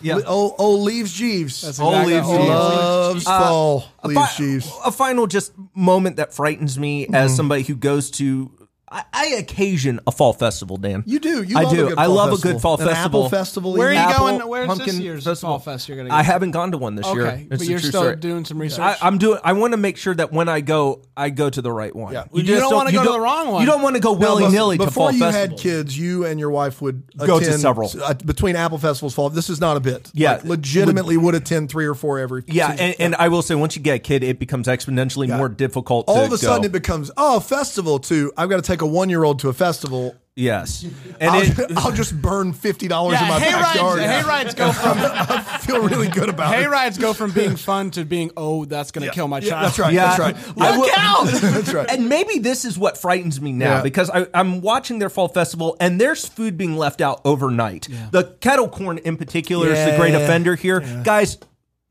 Yeah.
Oh, oh, leaves Jeeves.
That's
That's
All
exactly- all
leaves Oh, Jeeves. Uh,
loves fall. Leaves
fi-
Jeeves. Mm-hmm.
a final just moment that frightens me as somebody who goes to I, I occasion a fall festival, Dan.
You do. You
I
love
do.
A good
I
fall
love
festival.
a good fall
An
festival.
Apple festival.
Where are
even.
you
Apple
going? Where's this
Pumpkin
year's fall
Festival.
fest? You're gonna. Go
I haven't gone to one this year.
Okay,
It's
but
a
you're
true
still
story.
doing some research.
I, I'm doing. I want to make sure that when I go, I go to the right one.
Yeah.
You don't wanna
you
go to the wrong one.
You don't want to go
Now,
willy nilly
bef-
to
Before
fall
you
festival.
had kids, you and your wife would
Go to
attend,
several.
uh, between Apple festivals. Fall. This is not a bit.
Yeah.
Like, legitimately would attend three or four every.
yeah,
season.
and, and I will say, once you get a kid, it becomes exponentially more difficult.
all
to
of a
go.
sudden it becomes oh festival too. I've got to take a one year old to a festival.
yes, and
I'll,
it,
I'll just burn fifty dollars in
yeah,
my
hay
backyard.
rides. Hay rides go from
I feel really good about
hay
it.
rides go from being fun to being oh that's gonna kill my
Yeah,
child.
that's right.
Yeah.
That's right.
I
Yeah.
will-
That's right.
And maybe this is what frightens me now
Yeah.
because I, I'm watching their fall festival and there's food being left out overnight. The kettle corn in particular is the
Yeah,
great
yeah, yeah.
offender here. Guys,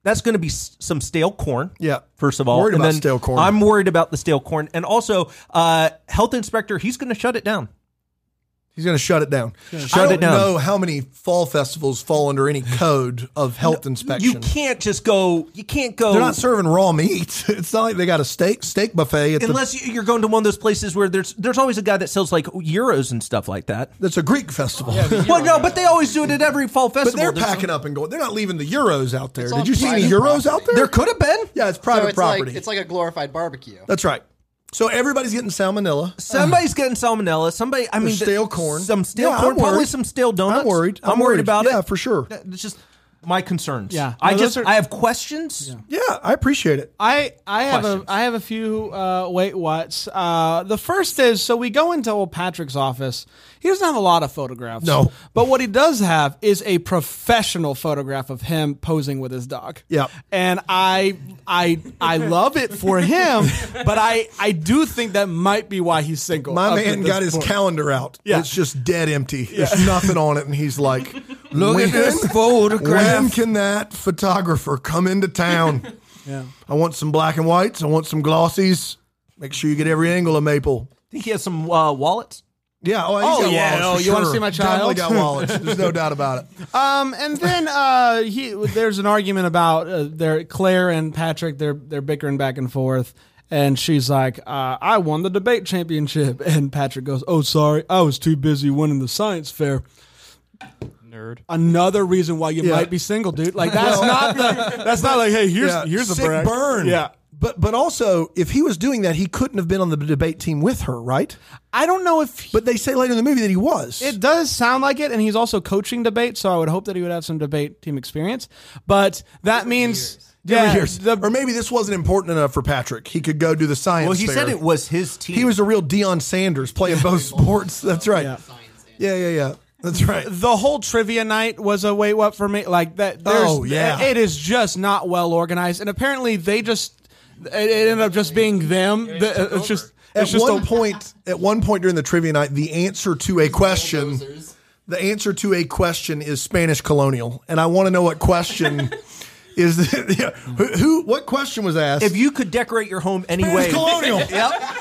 that's going to be s- some stale corn.
Yeah.
First of all,
Worried about stale corn.
I'm worried about the stale corn. And also, uh, health inspector, he's going to shut it down.
He's going to shut it down. I
Shut
don't
it down.
know how many fall festivals fall under any code of health
You
inspection.
can't just go, you can't go.
They're not serving raw meat. It's not like they got a steak steak buffet. At the,
Unless you- you're going to one of those places where there's there's always a guy that sells like euros and stuff like that.
that's a Greek festival.
Well, no, but they always do it at every fall
but
festival.
they're
There's-
packing up and going. They're not leaving the euros out there.
It's
Did
on
you see any
private
euros
property.
out there?
There could have been.
yeah, it's
So
private
it's
property.
like it's like a glorified barbecue.
that's right. So everybody's getting salmonella.
Somebody's getting salmonella. Somebody, I mean,
stale corn.
Some stale
Yeah, I'm
corn. Probably
worried.
some stale donuts.
I'm worried.
I'm,
I'm
worried,
worried.
about it.
Yeah, for sure.
That- That's just my concerns.
Yeah.
I
No,
just,
those are-
I have questions.
Yeah, I appreciate it.
I I have
Questions.
a I have a few uh, wait whats. Uh, the first is so we go into old Patrick's office. He doesn't have a lot of photographs.
No.
but what he does have is a professional photograph of him posing with his dog.
Yeah.
and I I I love it for him, but I I do think that might be why he's single.
My
up to
man
this
got his
point.
calendar out.
Yeah.
It's just dead empty. There's nothing on it, and he's like, "Look
at this photograph."
When can that photographer come into town?
Yeah.
I want some black and whites. I want some glossies. Make sure you get every angle of maple.
I think He has some uh, wallets.
Yeah. Oh, he's
Oh,
got
yeah.
wallets
Oh,
for
you wanna
sure.
see my
Definitely
child?
got wallets. There's no doubt about it.
Um, and then uh, he, there's an argument about uh, their Claire and Patrick. They're they're bickering back and forth, and she's like, uh, "I won the debate championship," and Patrick goes, "Oh, sorry, I was too busy winning the science fair."
Nerd.
Another reason why you
Yeah.
might be single, dude. Like that's not the that's not like, hey, here's
Yeah,
here's a
sick
brag.
burn.
Yeah,
But but also, if he was doing that, he couldn't have been on the debate team with her, right?
I don't know if he-
But they say later in the movie that he was.
It does sound like it, and he's also coaching debate, so I would hope that he would have some debate team experience. But that means yeah,
Different years.
the-
or maybe this wasn't important enough for Patrick. He could go do the science.
Well, he
fair.
said it was his team.
He was a real Deion Sanders playing both sports. That's right. Yeah. yeah, yeah, That's right.
the whole trivia night was a wait what for me like that there's,
Oh, yeah.
it is just not well organized and apparently they just it, it ended up just being them The- it's just
At
it's just
one
a,
point, at one point during the trivia night, the answer to a question,
Bulldozers.
the answer to a question is Spanish colonial, and I want to know what question is. The, yeah, who, who? What question was asked?
if you could decorate your home any
Spanish
way.
colonial.
Yep,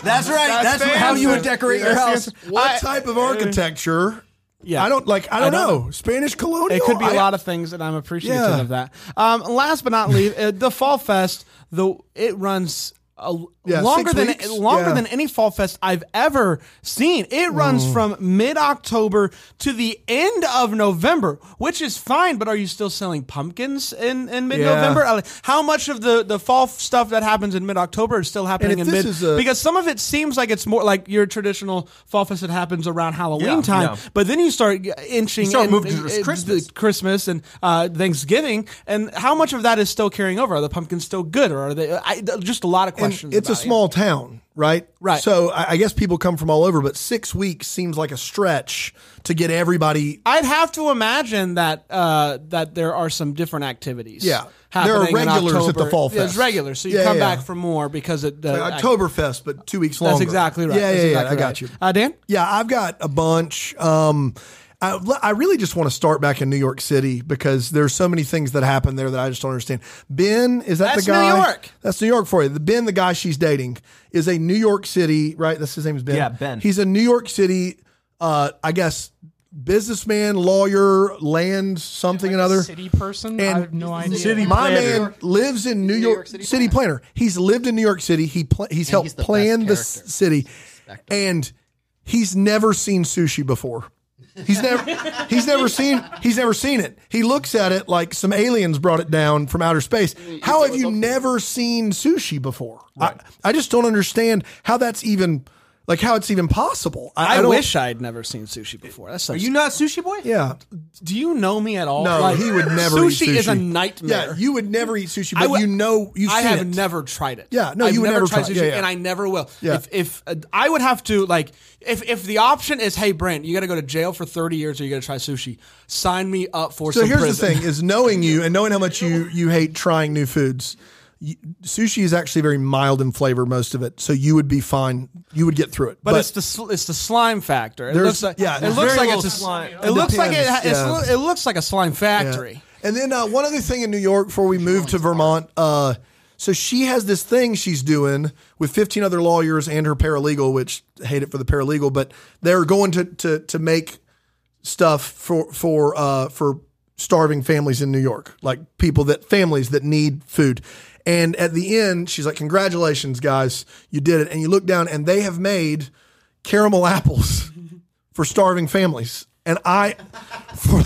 that's right. That's,
That's the
how you would
answer.
decorate your
That's the
house.
answer.
what
I-
type of architecture?
Yeah.
I don't like. I don't,
don't
know. Spanish colonial.
it could be a
I-
lot of things and i'm appreciative
Yeah.
of that um, last but not least uh, the fall fest the it runs a,
Yeah,
longer
six
than
weeks.
longer
Yeah. Mm.
than any fall fest I've ever seen. It runs from mid October to the end of November, which is fine. But are you still selling pumpkins in, in mid November? How much of the, the fall f- stuff that happens in mid October is still happening
if
in
this
mid?
is a-
because some of it seems like it's more like your traditional fall fest that happens around Halloween
Yeah,
time.
yeah.
But then you start g- inching
You start
and-
moving
and-
to this
and the
Christmas.
Christmas and uh, Thanksgiving, and how much of that is still carrying over? Are the pumpkins still good, or are they? I, just a lot of questions. questions.
it's
about,
a
yeah.
small town, right?
Right.
So I, I guess people come from all over, but six weeks seems like a stretch to get everybody.
I'd have to imagine that uh, that there are some different activities.
Yeah. There
happening
are
in
regulars at the
October.
Fall
Yeah, it's
Fest.
regular, so you
Yeah,
come
yeah.
back for more because it. Uh,
Like Oktoberfest, but two weeks longer.
That's exactly right.
Yeah,
That's
yeah, yeah.
exactly
I got
right.
you.
uh, Dan.
Yeah, I've got a bunch. Um, I, I really just want to start back in New York City because there's so many things that happen there that I just don't understand. Ben, is that
That's
the
New
guy?
York.
That's New York for you. The Ben, the guy she's dating, is a New York City, right? That's his name is Ben.
Yeah, Ben.
He's a New York City, uh, I guess, businessman, lawyer, land something
Like a
another.
City person? I
And
have no idea.
City
My
planner.
man lives in New, York,
York City
City, planner. He's lived in New York City. He pla- he's helped
he's the
plan the
best character.
s- city, and he's never seen sushi before. He's never he's never seen he's never seen it. He looks at it like some aliens brought it down from outer space. How have you never seen sushi before? I, I just don't understand how that's even like how it's even possible.
I,
don't-
wish I had never seen sushi before. That's
Are you not sushi boy?
Yeah,
Do you know me at all?
no,
Like,
he would never.
Sushi,
eat sushi
is a nightmare.
Yeah, you would never eat sushi, but
I would-
you know you've
I
seen
have
it.
never tried it.
Yeah, no,
I've
you would never
tried
try-
sushi,
yeah, yeah.
and I never will.
Yeah.
If if uh, I would have to like, if if the option is, hey Brent, you got to go to jail for thirty years, or you got to try sushi. Sign me up for.
So
some
here's
prison.
the thing: is knowing you and knowing how much you you hate trying new foods. you- Sushi is actually very mild in flavor, most of it, so you would be fine. You would get through it.
But, it's the sl- it's the slime factor. It
There's-
looks like
yeah,
it
there's
looks
very
like
little
it's a s-
slime.
It looks like it, ha-
Depends,
it's,
yeah.
lo- it looks like a slime factory.
And then uh, one other thing in New York before we moved to Vermont. Uh, so she has this thing she's doing with 15 other lawyers and her paralegal, which hate it for the paralegal, but they're going to to to make stuff for for uh, for starving families in New York, like people that families that need food. And at the end, she's like, "Congratulations, guys, you did it!" And you look down, and they have made caramel apples for starving families. And I, for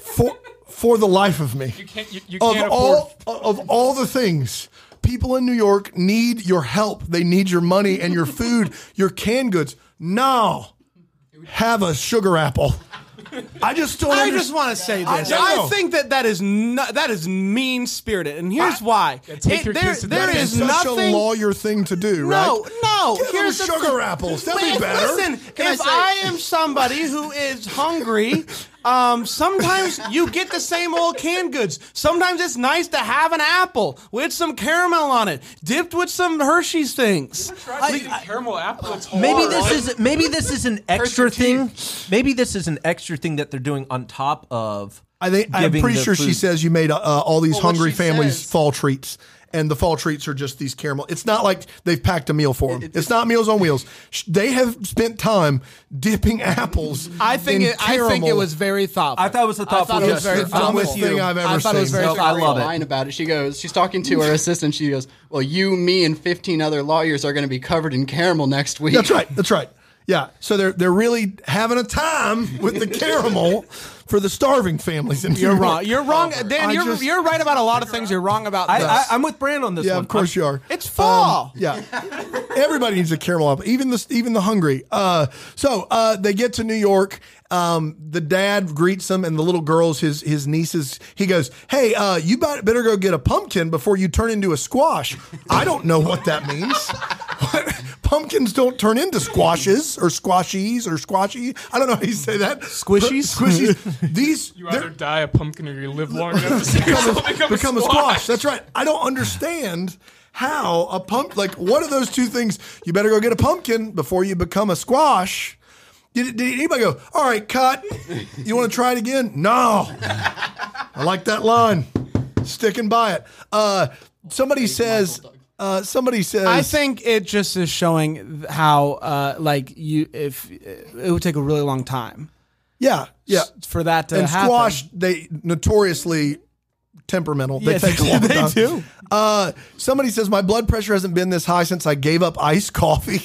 for for the life of me,
You can't, you, you
of
can't afford
all of all the things people in New York need your help. They need your money and your food, your canned goods. No, have a sugar apple. I just don't.
I
under-
just want to say
I
this.
don't
I,
know.
think that that is no, that is mean spirited, and here's why.
take your
there
kids to
there
that
is
It's such
nothing.
a lawyer thing to do,
no,
right?
no.
Give
here's
them
the
sugar
thing.
apples. They'll
Wait,
be better.
Listen,
I
if
say-
I, am somebody who is hungry, um, sometimes you get the same old canned goods. Sometimes it's nice to have an apple with some caramel on it, dipped with some Hershey's things.
Try eating caramel apple. It's
Maybe
hard.
this is maybe this is an extra thing. Maybe this is an extra thing that they're doing on top of.
I think I'm
giving
pretty
the
sure she
food.
says you made uh, uh, all these
Well, what
hungry
she
families
says-
fall treats, and the fall treats are just these caramel. It's not like they've packed a meal for them. it's not Meals on Wheels. Sh- They have spent time dipping apples.
I think
in
it, I think it
caramel.
was very thoughtful.
I thought it was a thoughtful
I thought it was
gesture.
very
It's the
thoughtful.
dumbest thing I've ever
I thought it was
seen.
very
No, I
thoughtful.
love it.
line about it. She goes, she's talking to her assistant. She goes, "Well, you, me, and fifteen other lawyers are going to be covered in caramel next week."
That's right. That's right. Yeah. So they're they're really having a time with the caramel for the starving families. In
You're wrong. You're wrong, Dan.
I
You're
just-
you're right about a lot of things. You're wrong about
I,
this.
I, I'm um, with Brand on this
Yeah,
one.
of course you are.
it's fall.
Yeah, everybody needs a caramel apple, even the even the hungry. Uh, so uh, they get to New York. Um, the dad greets them, and the little girls, his his nieces. He goes, "Hey, uh, you bet- better go get a pumpkin before you turn into a squash." I don't know what that means. Pumpkins don't turn into squashes or squashies or squashy. I don't know how you say that.
Squishies?
Squishies. These
You
they're-
either die a pumpkin or you live long enough to
become,
become,
a, become a squash. That's right. I don't understand how a pump like what are those two things? You better go get a pumpkin before you become a squash. Did, did anybody go? All right, cut. You want to try it again? No. I like that line. Sticking by it. Uh, somebody says. Uh, somebody says.
I think it just is showing th- how uh, like you if it would take a really long time
yeah, yeah.
for that to
and
happen.
squash they notoriously temperamental. They
Yes,
take a long
they
time.
do.
Uh, somebody says my blood pressure hasn't been this high since I gave up iced coffee.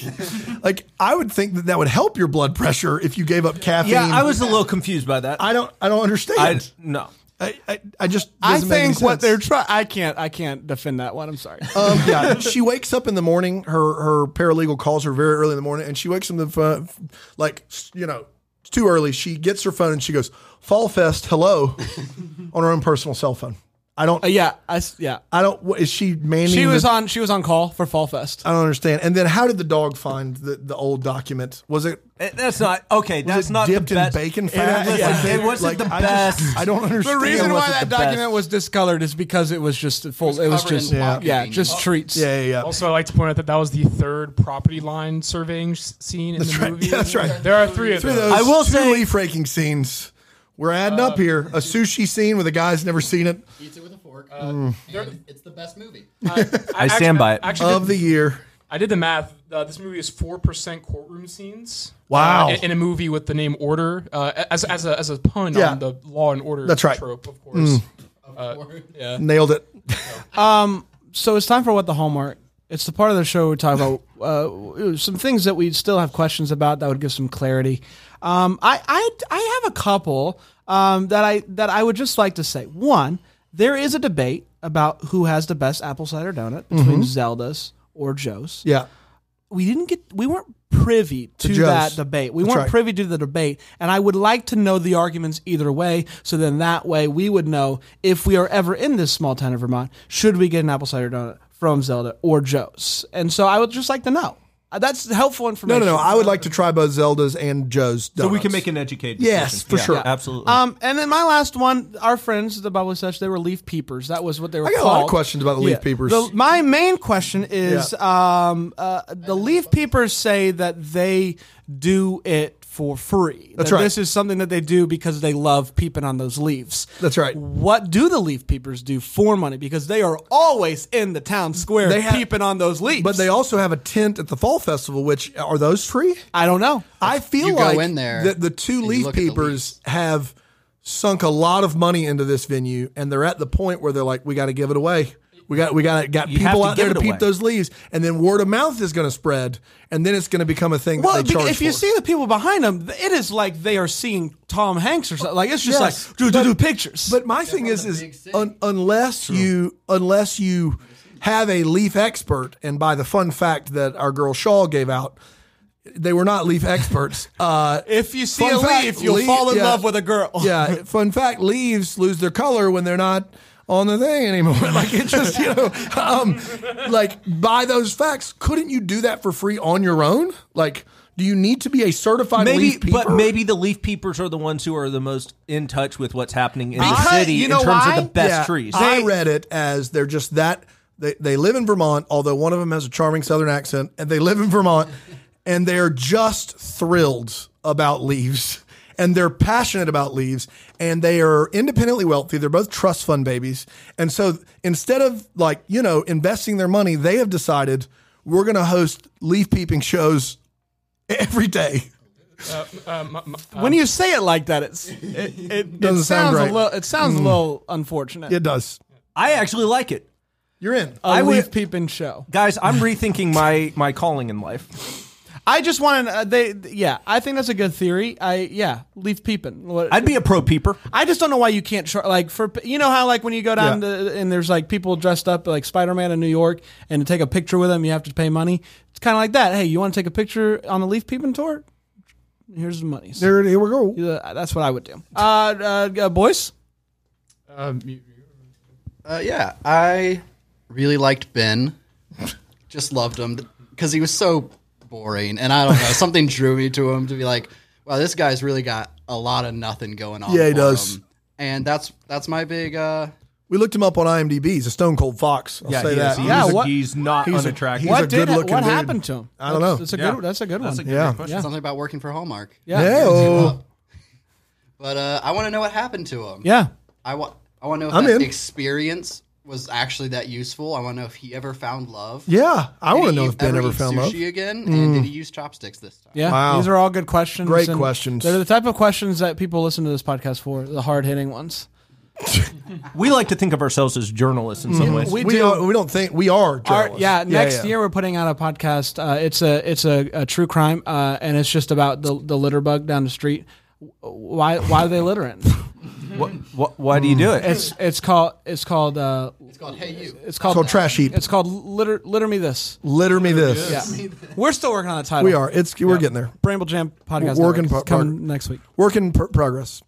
like I would think that that would help your blood pressure if you gave up caffeine.
Yeah, I was a little confused by that.
I don't. I don't
I,
understand.
no.
I. I, I just.
I
doesn't make any
think what
sense.
they're trying. I can't. I can't defend that one. I'm sorry.
Um, yeah, she wakes up in the morning. Her her paralegal calls her very early in the morning, and she wakes up in the phone, like you know, it's too early. She gets her phone and she goes, "Fall Fest, hello," on her own personal cell phone. I don't.
Uh, yeah, I s yeah.
I don't. What, is she manning?
She was
the- Uh,
on. She was on call for Fall Fest.
I don't understand. And then how did the dog find the, the old document? Was it
Eh, That's not okay. that's
it
not
dipped
the
in
best.
bacon
It-
fat?
listen,
Like,
it wasn't
like,
the
I just-
best.
I don't
The
understand.
reason
it
why
wasn't
that
the
document
best.
was discolored is because it was just full. It was,
covered
just
in
yeah,
blood.
yeah, just treats.
yeah, yeah, yeah.
Also, I like to point out that that was the third property line surveying s- scene in the
right.
movie.
Yeah, that's right.
There are three of
Three of
them.
those
I will
two
say- Uh,
leaf raking scenes. We're adding up here. A sushi scene with a guy's never seen it
Eats it with a fork.
there-
it's the Uh, best movie.
I stand by it.
Actually,
of the year.
I did the math. Uh, this movie is four percent courtroom scenes.
Wow.
Uh, in, in a movie with the name Order, uh, as as a as a pun
Yeah.
on the Law and Order.
That's right. Mm.
Trope, of course.
Nailed it.
So it's time for what the hallmark. It's the part of the show where we talk about uh, some things that we still have questions about that would give some clarity. Um, I, I I have a couple um, that I that I would just like to say. One, there is a debate about who has the best apple cider donut between Zelda's or Joe's.
Yeah.
we didn't get we weren't privy to,
Joe's.
that debate. We weren't
right.
privy to the debate, and I would like to know the arguments either way. So then that way we would know if we are ever in this small town of Vermont, should we get an apple cider donut from Zelda or Joe's? And so I would just like to know. Uh, That's helpful
No,
information.
no, no. I would like to try both Zelda's and Joe's.
So
Donuts.
we can make an educated.
Yes,
decision.
for
Yeah,
sure.
absolutely.
Um, and then my last one, our friends, the Bible Such, they were leaf peepers. That was what they were.
I got a
called.
lot of questions about the leaf peepers.
The- my main question is, um, uh, the leaf peepers say that they do it for free. That's
right.
This is something that they do because they love peeping on those leaves.
That's right.
What do the leaf peepers do for money? Because they are always in the town square
They have-
peeping on those leaves.
But they also have a tent at the fall festival, which are those free?
I don't know.
I feel
You go
like
in there
that the two
and you
leaf
look at the
peepers
leaves.
have sunk a lot of money into this venue, and they're at the point where they're like, "We got to give it away. We got we got got
You have
people
to
out there
give
to
it
peep
away.
those leaves, and then word of mouth is going to spread, and then it's going to become a thing
Well,
that they
be-
charge
if you
for.
see the people behind them, it is like they are seeing Tom Hanks or something. Like it's just
Yes.
like do do do pictures.
But my thing is, is un, unless you unless you have a leaf expert, and by the fun fact that our girl Shaw gave out, they were not leaf experts. Uh,
if you see
Fun
a
fact,
leaf, you'll
leaf-
fall in
yeah.
love with a girl.
Oh.
yeah, fun fact: leaves lose their color when they're not on the thing anymore. Like it just, you know, um, like by those facts, couldn't you do that for free on your own? Like, do you need to be a certified
maybe,
leaf peeper?
but maybe the leaf peepers are the ones who are the most in touch with what's happening in
Because-
the city
you know
in terms
why?
of the best
Yeah,
trees.
I read it as they're just that they, they live in Vermont, although one of them has a charming southern accent, and they live in Vermont and they're just thrilled about leaves. And they're passionate about leaves and they are independently wealthy. They're both trust fund babies. And so instead of like, you know, investing their money, they have decided we're going to host leaf peeping shows every day.
Uh, my- my- uh,
when you say it like that, it's it, it,
Doesn't
it sounds
sound right.
a little it sounds a little unfortunate.
It does.
I actually like it.
You're in.
A
I would-
leaf peeping show.
Guys, I'm rethinking my my calling in life.
I just want to. Uh, they yeah. I think that's a good theory. I yeah. Leaf peeping. What,
I'd be a pro peeper.
I just don't know why you can't char- like for you know how like when you go down
Yeah.
to, and there's like people dressed up like Spider Man in New York and to take a picture with them you have to pay money. It's kind of like that. Hey, you want to take a picture on the leaf peeping tour? Here's the money.
There, here we go.
Uh, that's what I would do. Uh, uh, uh, boys.
um, you-
Uh, yeah, I really liked Ben. Just loved him because he was so boring, and I don't know something drew me to him to be like, wow, this guy's really got a lot of nothing going on.
Yeah, he
for
does.
him." And that's that's my big. Uh,
We looked him up on IMDb. He's a stone cold fox. I'll say
he
that.
is. He's,
Yeah,
a-
what-
he's not
he's a-
unattractive.
he's a
what did
good-looking
what
dude.
happened to him?
I
That's-
don't know.
That's a
Yeah.
good. That's a good one.
Yeah.
question.
Something about working for Hallmark.
yeah.
Yeah, oh.
But uh, I want to know what happened to him.
Yeah.
I want I want to know if
I'm
that
in.
experience was actually that useful. I want to know if he ever found love.
Yeah, I
Did
want to
he
know
eat-
if Ben ever
eat
found
sushi
love.
again, and did he use chopsticks this time?
Yeah.
Wow.
These are all good questions.
Great
and
questions.
They're the type of questions that people listen to this podcast for, the hard hitting ones.
We like to think of ourselves as journalists in some ways.
We,
Mm-hmm. We
do.
don't, we don't think we are.
our,
journalists.
yeah, next year we're putting out a podcast. Uh, it's a it's a, a true crime, uh, and it's just about the, the litter bug down the street. Why why are they littering?
What, what, why do you
Mm.
do it?
It's it's called it's called uh,
It's called Hey You.
it's called,
called Trash Heap.
It's called litter litter me this.
Litter me this.
Yeah, we're still working on a title.
We are. It's we're getting there.
Bramble Jam podcast.
Working
Network.
pro-
Come
pro-
next week.
Work in pr- progress.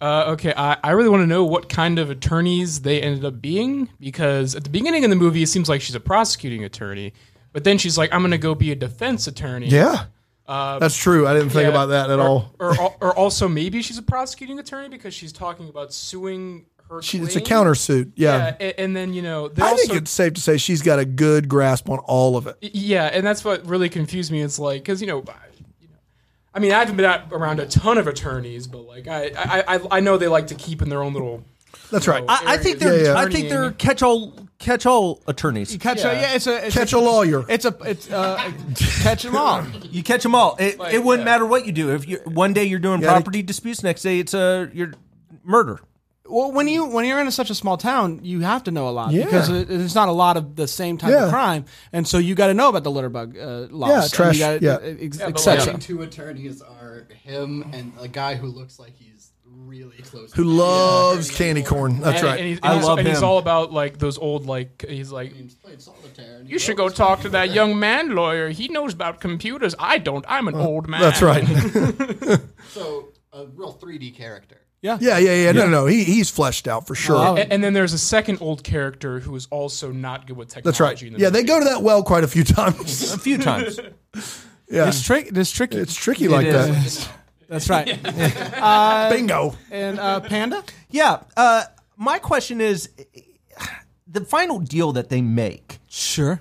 Uh, okay, I, I really want to know what kind of attorneys they ended up being because at the beginning of the movie, it seems like she's a prosecuting attorney, but then she's like, I'm going to go be a defense attorney.
Yeah. That's true. I didn't think
Yeah,
about that at
or-
all.
Or, or, also, maybe she's a prosecuting attorney because she's talking about suing her.
She, it's a
claim.
countersuit.
Yeah,
Yeah.
a- and, then, you know, they
I
also,
think it's safe to say she's got a good grasp on all of it.
Yeah, and that's what really confused me. It's like because you know, I- you know, I mean, I haven't been out around a ton of attorneys, but like I, I, I, I know they like to keep in their own little.
That's right.
I-
I, I think they're.
Yeah, yeah.
I think they're catch-all catch-all attorneys.
Catch yeah.
Yeah.
yeah, it's a it's
Catch
a,
a lawyer.
It's a it's uh, catch them all.
You catch them all. It,
Like,
it wouldn't
yeah.
matter what you do. If you one day you're doing
Gotta-
property disputes, next day it's a your murder.
Well, when you when you're in such a small town, you have to know a lot
Yeah.
because it, it's not a lot of the same type
Yeah.
of crime, and so you got to know about the litter bug uh, laws.
Yeah,
and you
trash-
gotta- e-,
yeah.
ex-
Yeah, but
etc.
like-
The two attorneys are him and a guy who looks like he's really close.
Who
to-
loves candy corn. That's
and,
right.
And he's, and
I
he's-
love
and he's
him.
all about like those old like he's like.
He's played solitaire. and he
You should go
loves-
talk to that young man lawyer. He knows about computers. I don't. I'm an old man.
That's right.
So a real 3D character.
yeah, yeah, yeah. No, no, no. He, he's fleshed out for sure.
A- And, then there's a second old character who is also not good with technology.
That's right.
in the
Yeah, they
movie.
go to that well quite a few times.
A few times.
Yeah.
It's trick. It's tricky.
It's tricky like
is.
that.
That's right.
Bingo.
And uh, panda.
yeah. Uh, my question is, the final deal that they make.
Sure.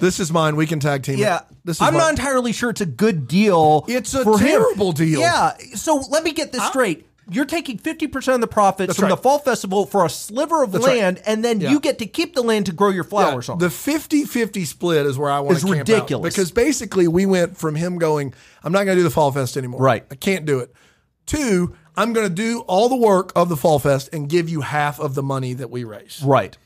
This is mine. We can tag team. it.
Yeah,
This is
I'm
mine.
not entirely sure it's a good deal.
It's a
for him.
terrible deal.
Yeah. So let me get this straight. You're taking 50% of the profits from the
right.
fall festival for a sliver of
right.
land, and then you get to keep the land to grow your flowers on.
The 50-50 split is where I want
It's
to camp out.
ridiculous.
because basically we went from him going, I'm not going to do the Fall Fest anymore.
Right.
I can't do it. Two, I'm going to do all the work of the Fall Fest and give you half of the money that we raise.
right.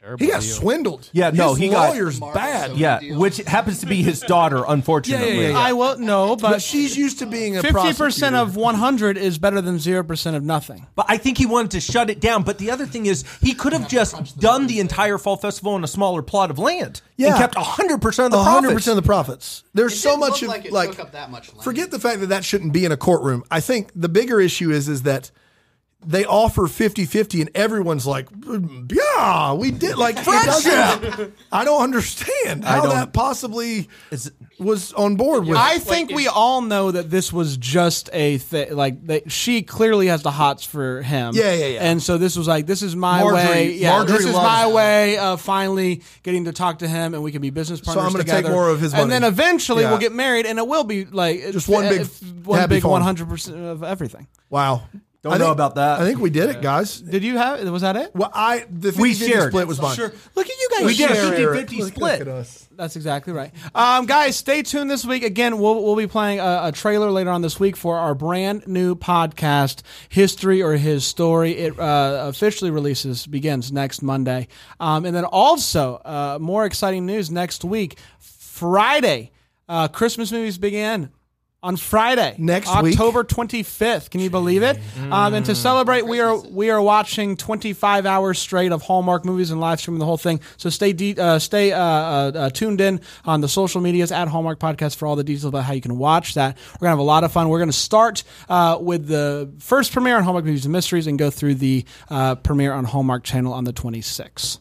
Terrible
He got
deal.
swindled.
Yeah, no,
His
he got-
lawyer's
Marvel
bad.
so-
Yeah,
deal.
which happens to be his daughter, unfortunately.
I will no,
But
but
Uh, she's used to being a
fifty percent
prosecutor.
of one hundred is better than zero percent of nothing.
But I think he wanted to shut it down. But the other thing is, he could have just done the entire fall festival on a smaller plot of land and
Yeah.
kept 100% of the
hundred
profits.
percent of the profits. There's
It
so
didn't
much
look
of
like it
like
took up that much land.
Forget the fact that that shouldn't be in a courtroom. I think the bigger issue is is that they offer 50-50 and everyone's like, "Mm, yeah, we did like friendship. I don't understand how
don't-
that possibly
Is-
was on board with.
I think we all know that this was just a thing. Like that, she clearly has the hots for him.
Yeah, yeah, yeah.
And so this was like, this is my
Marjorie-
way. Yeah,
Marjorie
this is
loves
my
him.
way of finally getting to talk to him, and we can be business partners.
I'm gonna
together.
take more of his money.
and then eventually
Yeah.
we'll get married, and it will be like
Just one big
one
happy
big
farm.
one hundred percent of everything.
wow,
Don't
I
know
think-
about that.
I think we did it, guys.
Did you have? Was that it?
Well, I the 50
shared
split
it.
was mine.
Sure. Look at you guys.
We did a
sharing.
50-50
Look-
split.
Look at us.
That's exactly right. Um, guys, stay tuned this week. Again, we'll, we'll be playing a, a trailer later on this week for our brand new podcast, History or His Story. It uh, officially releases, begins next Monday. Um, and then also, uh, more exciting news next week, Friday. Uh, Christmas movies begin on Friday,
Next week?
October twenty fifth. Can you believe it? Um,
Mm.
and to celebrate, we are we are watching twenty five hours straight of Hallmark movies and live streaming the whole thing. So stay de- uh, stay uh, uh, uh, tuned in on the social medias at Hallmark Podcast for all the details about how you can watch that. We're gonna have a lot of fun. We're gonna start uh, with the first premiere on Hallmark Movies and Mysteries and go through the uh, premiere on Hallmark Channel on the twenty sixth.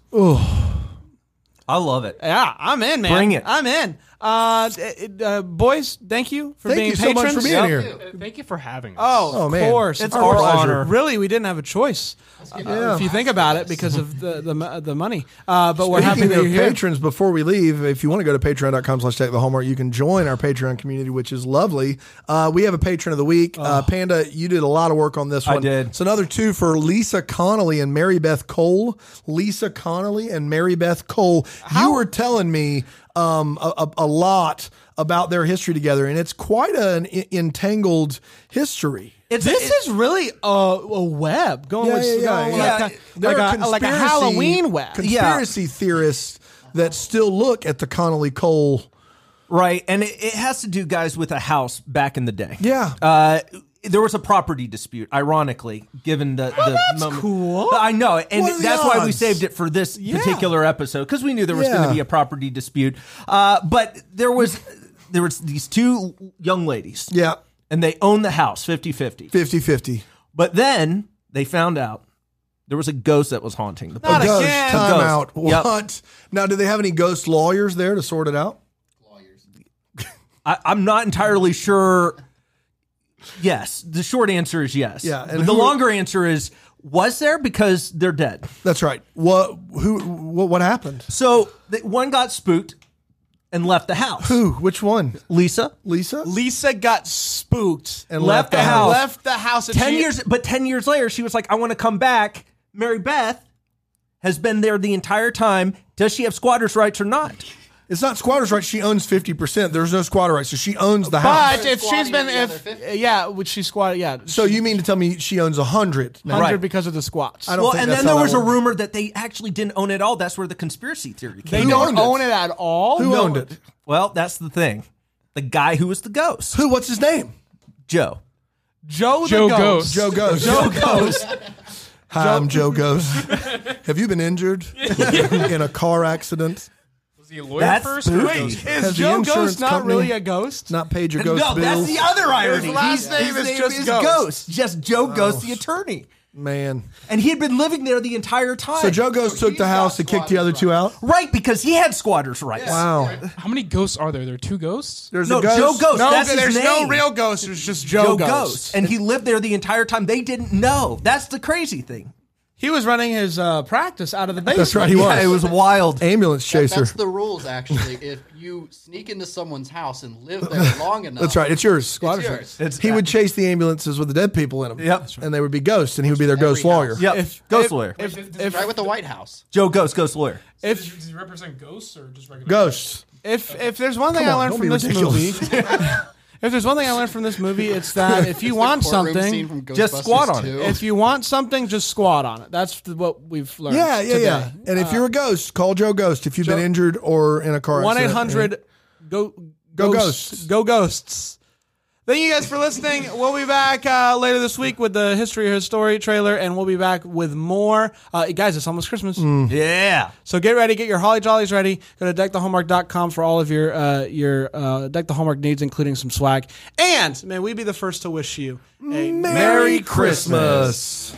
I love it.
Yeah, I'm in, man.
Bring it.
I'm in. Uh, it- uh, boys, thank you for
Thank
being
you so
patrons.
much for being
Yep.
here.
Uh, Thank you for having us.
Oh,
Oh,
of
man.
course.
It's
of
our
course.
honor.
Really, we didn't have a choice. uh, If you think about it, because of the the, mo- the money, uh, but we're happy
Speaking
that
of
you're here.
patrons, before we leave, if you want to go to patreon.com slash take the hallmark, you can join our Patreon community, which is lovely. Uh, we have a patron of the week. Uh, Panda, you did a lot of work on this one.
did.
It's another two for Lisa Connolly and Mary Beth Cole. Lisa Connolly and Mary Beth Cole. You were telling me um, a, a, a lot about their history together, and it's quite an en- entangled history.
It's
This
it-
is really a, a web going
Yeah,
with-
yeah, yeah,
going
yeah.
like, a-
There
like
are
a, like a
conspiracy-
Halloween web.
Yeah.
Conspiracy theorists that still look at the Connolly Cole.
Right, and it, it has to do, guys, with a house back in the day.
Yeah.
uh, there was a property dispute. Ironically, given the, the
that's
moment.
cool.
I know, and
What are the
that's why we
odds?
saved it for this particular episode because we knew there was going
Yeah.
to be a property dispute. Uh, but there was there was these two young ladies,
Yeah.
and they owned the house 50-50.
50 50.
But then they found out there was a ghost that was haunting the place.
Not
Ghost,
again.
time
Ghost.
out.
Yep.
What? Now, do they have any ghost lawyers there to sort it out?
I, I'm not entirely sure. Yes, the short answer is yes.
Yeah, and
But the
who-
longer answer is was there because they're dead.
That's right. What? Who? What? What happened?
So the, one got spooked and left the house.
Who? Which one?
Lisa
Lisa.
Lisa got spooked
And
left the
the
house.
left the house. and
ten
she-
years, but ten years later, she was like, "I want to come back." Mary Beth has been there the entire time. Does she have squatters' rights or not?
It's not squatters' rights. She owns fifty percent. There's no squatter rights, so she owns the house.
But if she's been,
Squatting the
if
other
yeah, which she squatted, yeah,
So you mean to tell me she owns hundred?
hundred
Right.
because of the squats.
I don't
Well,
think
and
that's
then there
how that
was a
works.
rumor that they actually didn't own it all. That's where the conspiracy theory came.
they
Who
don't
owned it?
own it at all.
Who
No.
owned it?
Well, that's the thing. The guy who was the ghost,
Who? What's his name?
Joe.
Joe the
Joe
Ghost.
Ghost.
Joe Ghost. Joe Ghost. Hi, I'm Joe Ghost. Have you been injured in a car accident?
Was he a lawyer
That's
first?
spooky.
Is
Has the
Joe
insurance
Ghost not
company-
really a ghost?
Not paid your ghost
no,
bills.
that's the other irony.
His last
He's-
name
his
is just Ghost. Oh,
just Joe Ghost, the attorney,
Man.
and he had been living there the entire time.
So Joe Ghost took the
he's
house
got
and kicked the other two out.
right? Because he had squatters' rights.
Wow.
How many ghosts are there? There are two ghosts.
There's
No,
a ghost.
Joe Ghost.
no,
that's his
there's no
name.
real ghost. There's just
Joe
Joe,
Ghost.
Ghost.
and he lived there the entire time. They didn't know. That's the crazy thing.
He was running his uh, practice out of the basement.
That's right. He was.
it was wild.
ambulance chaser.
That's the rules, actually. if you sneak into someone's house and live there long enough,
That's right. It's yours.
It's
Squatter's
yours.
rights. he would chase the ambulances with the dead people in them.
Yep. That's
And they would be ghosts, and he would be their ghost
every
lawyer.
house.
Yep.
If-
ghost
if-
lawyer.
If,
Does- does-
if,
right with the White House.
Joe Ghost, ghost lawyer.
does he- does he represent ghosts or just regular
Ghosts.
if, if there's one thing
Come
I
on,
learned
don't
from
be
this
ridiculous.
movie, if there's one thing I learned from this movie, it's that if you
The
want
courtroom scene
something,
from
just squat
Ghostbusters
on it.
2.
if you want something, just squat on it. That's th- what we've learned.
Yeah, yeah,
today. Uh,
yeah. And if you're a ghost, call Joe Ghost if you've been injured or in a car
One eight
accident.
hundred go
Go Ghosts.
Go ghosts. Thank you guys for listening. We'll be back uh, later this week with the history of his story trailer, and we'll be back with more. Uh, guys, it's almost Christmas,
Yeah.
so get ready, get your holly jollies ready. Go to deckthehomework.com for all of your uh, your uh, deck the homework needs, including some swag. And may we be the first to wish you a
Merry Christmas.